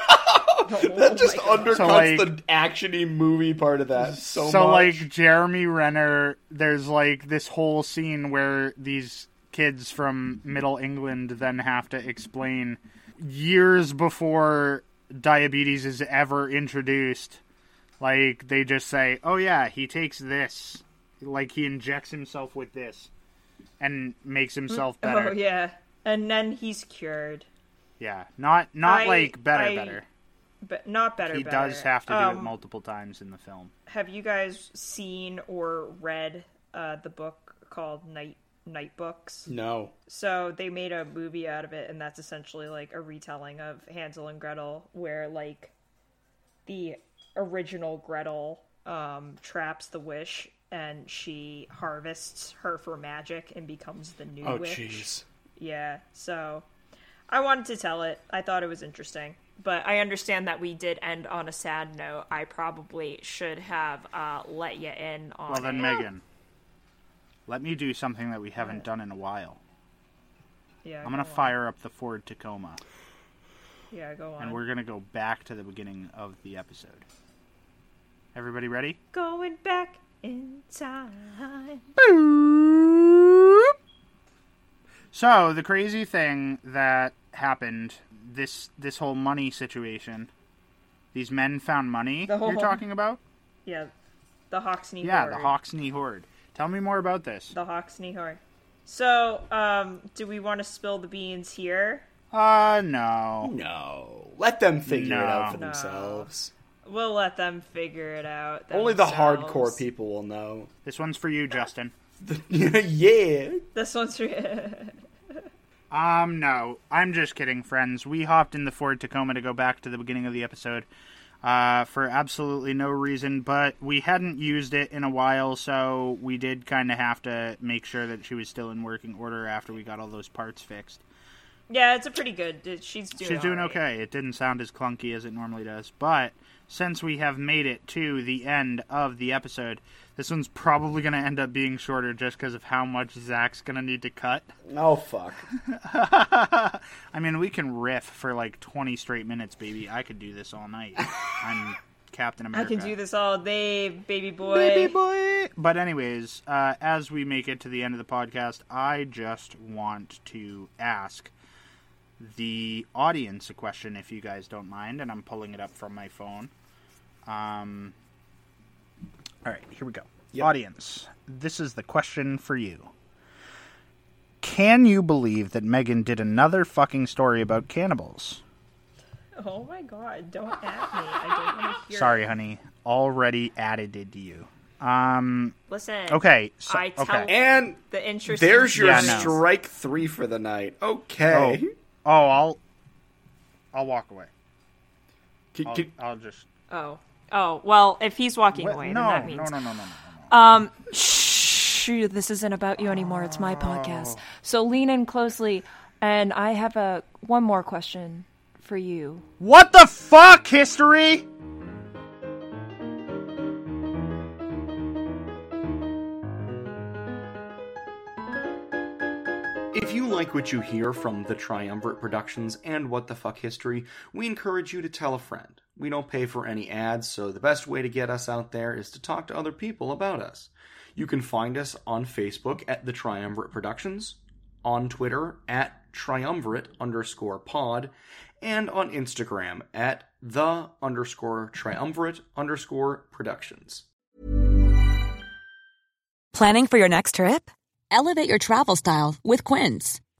Speaker 2: That just undercuts
Speaker 3: So, like-
Speaker 2: the actiony movie part of that so,
Speaker 3: so
Speaker 2: much.
Speaker 3: like jeremy renner there's like this whole scene where these kids from middle england then have to explain years before diabetes is ever introduced like they just say oh yeah he takes this like he injects himself with this and makes himself
Speaker 1: (laughs)
Speaker 3: better
Speaker 1: Oh yeah, and then he's cured.
Speaker 3: yeah. not not
Speaker 1: I-
Speaker 3: like better
Speaker 1: I-
Speaker 3: better
Speaker 1: but not better.
Speaker 3: He
Speaker 1: better.
Speaker 3: does have to do it
Speaker 1: Um,
Speaker 3: multiple times in the film.
Speaker 1: Have you guys seen or read uh, the book called Night Night Books?
Speaker 2: No.
Speaker 1: So they made a movie out of it, and that's essentially like a retelling of Hansel and Gretel, where like the original Gretel um, traps the witch, and she harvests her for magic and becomes the new
Speaker 2: Oh,
Speaker 1: witch.
Speaker 2: jeez.
Speaker 1: Yeah, so I wanted to tell it. I thought it was interesting. But I understand that we did end on a sad note. I probably should have uh, let you in on.
Speaker 3: Well, then,
Speaker 1: it.
Speaker 3: Megan, let me do something that we haven't done in a while.
Speaker 1: Yeah,
Speaker 3: I'm gonna
Speaker 1: go on.
Speaker 3: fire up the Ford Tacoma,
Speaker 1: Yeah, go on.
Speaker 3: and we're gonna go back to the beginning of the episode. Everybody ready?
Speaker 1: going back in time.
Speaker 3: So the crazy thing that happened this this whole money situation, these men found money.
Speaker 1: The
Speaker 3: You're
Speaker 1: whole-
Speaker 3: talking about?
Speaker 1: Yeah, the Hawksney.
Speaker 3: Yeah,
Speaker 1: Horde.
Speaker 3: the Hawksney Horde. Tell me more about this.
Speaker 1: The Hawksney Horde. So, um, do we want to spill the beans here?
Speaker 3: Uh, no.
Speaker 2: No. Let them figure it out for
Speaker 1: No.
Speaker 2: themselves.
Speaker 1: We'll let them figure it out.
Speaker 2: Only the
Speaker 1: themselves.
Speaker 2: hardcore people will know. (laughs)
Speaker 3: This one's for you, Justin.
Speaker 2: yeah.
Speaker 1: This one's for
Speaker 3: Um, no, I'm just kidding, friends. We hopped in the Ford Tacoma to go back to the beginning of the episode uh, for absolutely no reason, but we hadn't used it in a while, so we did kind of have to make sure that she was still in working order after we got all those parts fixed.
Speaker 1: (laughs) yeah. It's a pretty good. She's doing.
Speaker 3: She's doing
Speaker 1: all right.
Speaker 3: okay. It didn't sound as clunky as it normally does, but since we have made it to the end of the episode, this one's probably going to end up being shorter just because of how much Zach's going to need to cut.
Speaker 2: Oh, fuck.
Speaker 3: (laughs) I mean, we can riff for like 20 straight minutes, baby. I could do this all
Speaker 1: (laughs)
Speaker 3: night. I'm Captain
Speaker 1: I
Speaker 3: America.
Speaker 1: can do this all day, baby boy.
Speaker 3: Baby boy. But, anyways, uh, as we make it to the end of the podcast, I just want to ask the audience a question, if you guys don't mind. And I'm pulling it up from my phone. Um, all right, here we go. Audience, this is the question for you. Can you believe that Megan did another fucking story about cannibals?
Speaker 1: Oh my god! Don't at me. I don't want to hear.
Speaker 3: (laughs) Sorry,
Speaker 1: it.
Speaker 3: honey. Already added it to you. Um.
Speaker 1: Listen.
Speaker 3: Okay. So,
Speaker 1: I tell
Speaker 3: okay.
Speaker 2: And
Speaker 1: the interesting.
Speaker 2: there's your
Speaker 3: Yeah, no.
Speaker 2: strike three for the night. Okay.
Speaker 3: Oh, I'll. I'll walk away.
Speaker 2: Can-
Speaker 3: I'll,
Speaker 2: can-
Speaker 3: I'll just.
Speaker 1: Oh. Oh well, if he's walking
Speaker 3: What?
Speaker 1: away,
Speaker 3: No,
Speaker 1: then that
Speaker 3: no,
Speaker 1: means
Speaker 3: no, no, no, no, no.
Speaker 9: Um, shh, this isn't about you anymore. It's my podcast.
Speaker 3: Oh.
Speaker 9: So lean in closely, and I have a one more question for you.
Speaker 3: What the fuck, history?
Speaker 2: If you like what you hear from the Triumvirate Productions and What the Fuck History, we encourage you to tell a friend. We don't pay for any ads, so the best way to get us out there is to talk to other people about us. You can find us on Facebook at The Triumvirate Productions, on Twitter at Triumvirate underscore pod, and on Instagram at The underscore Triumvirate underscore Productions.
Speaker 9: Planning for your next trip? Elevate your travel style with Quince.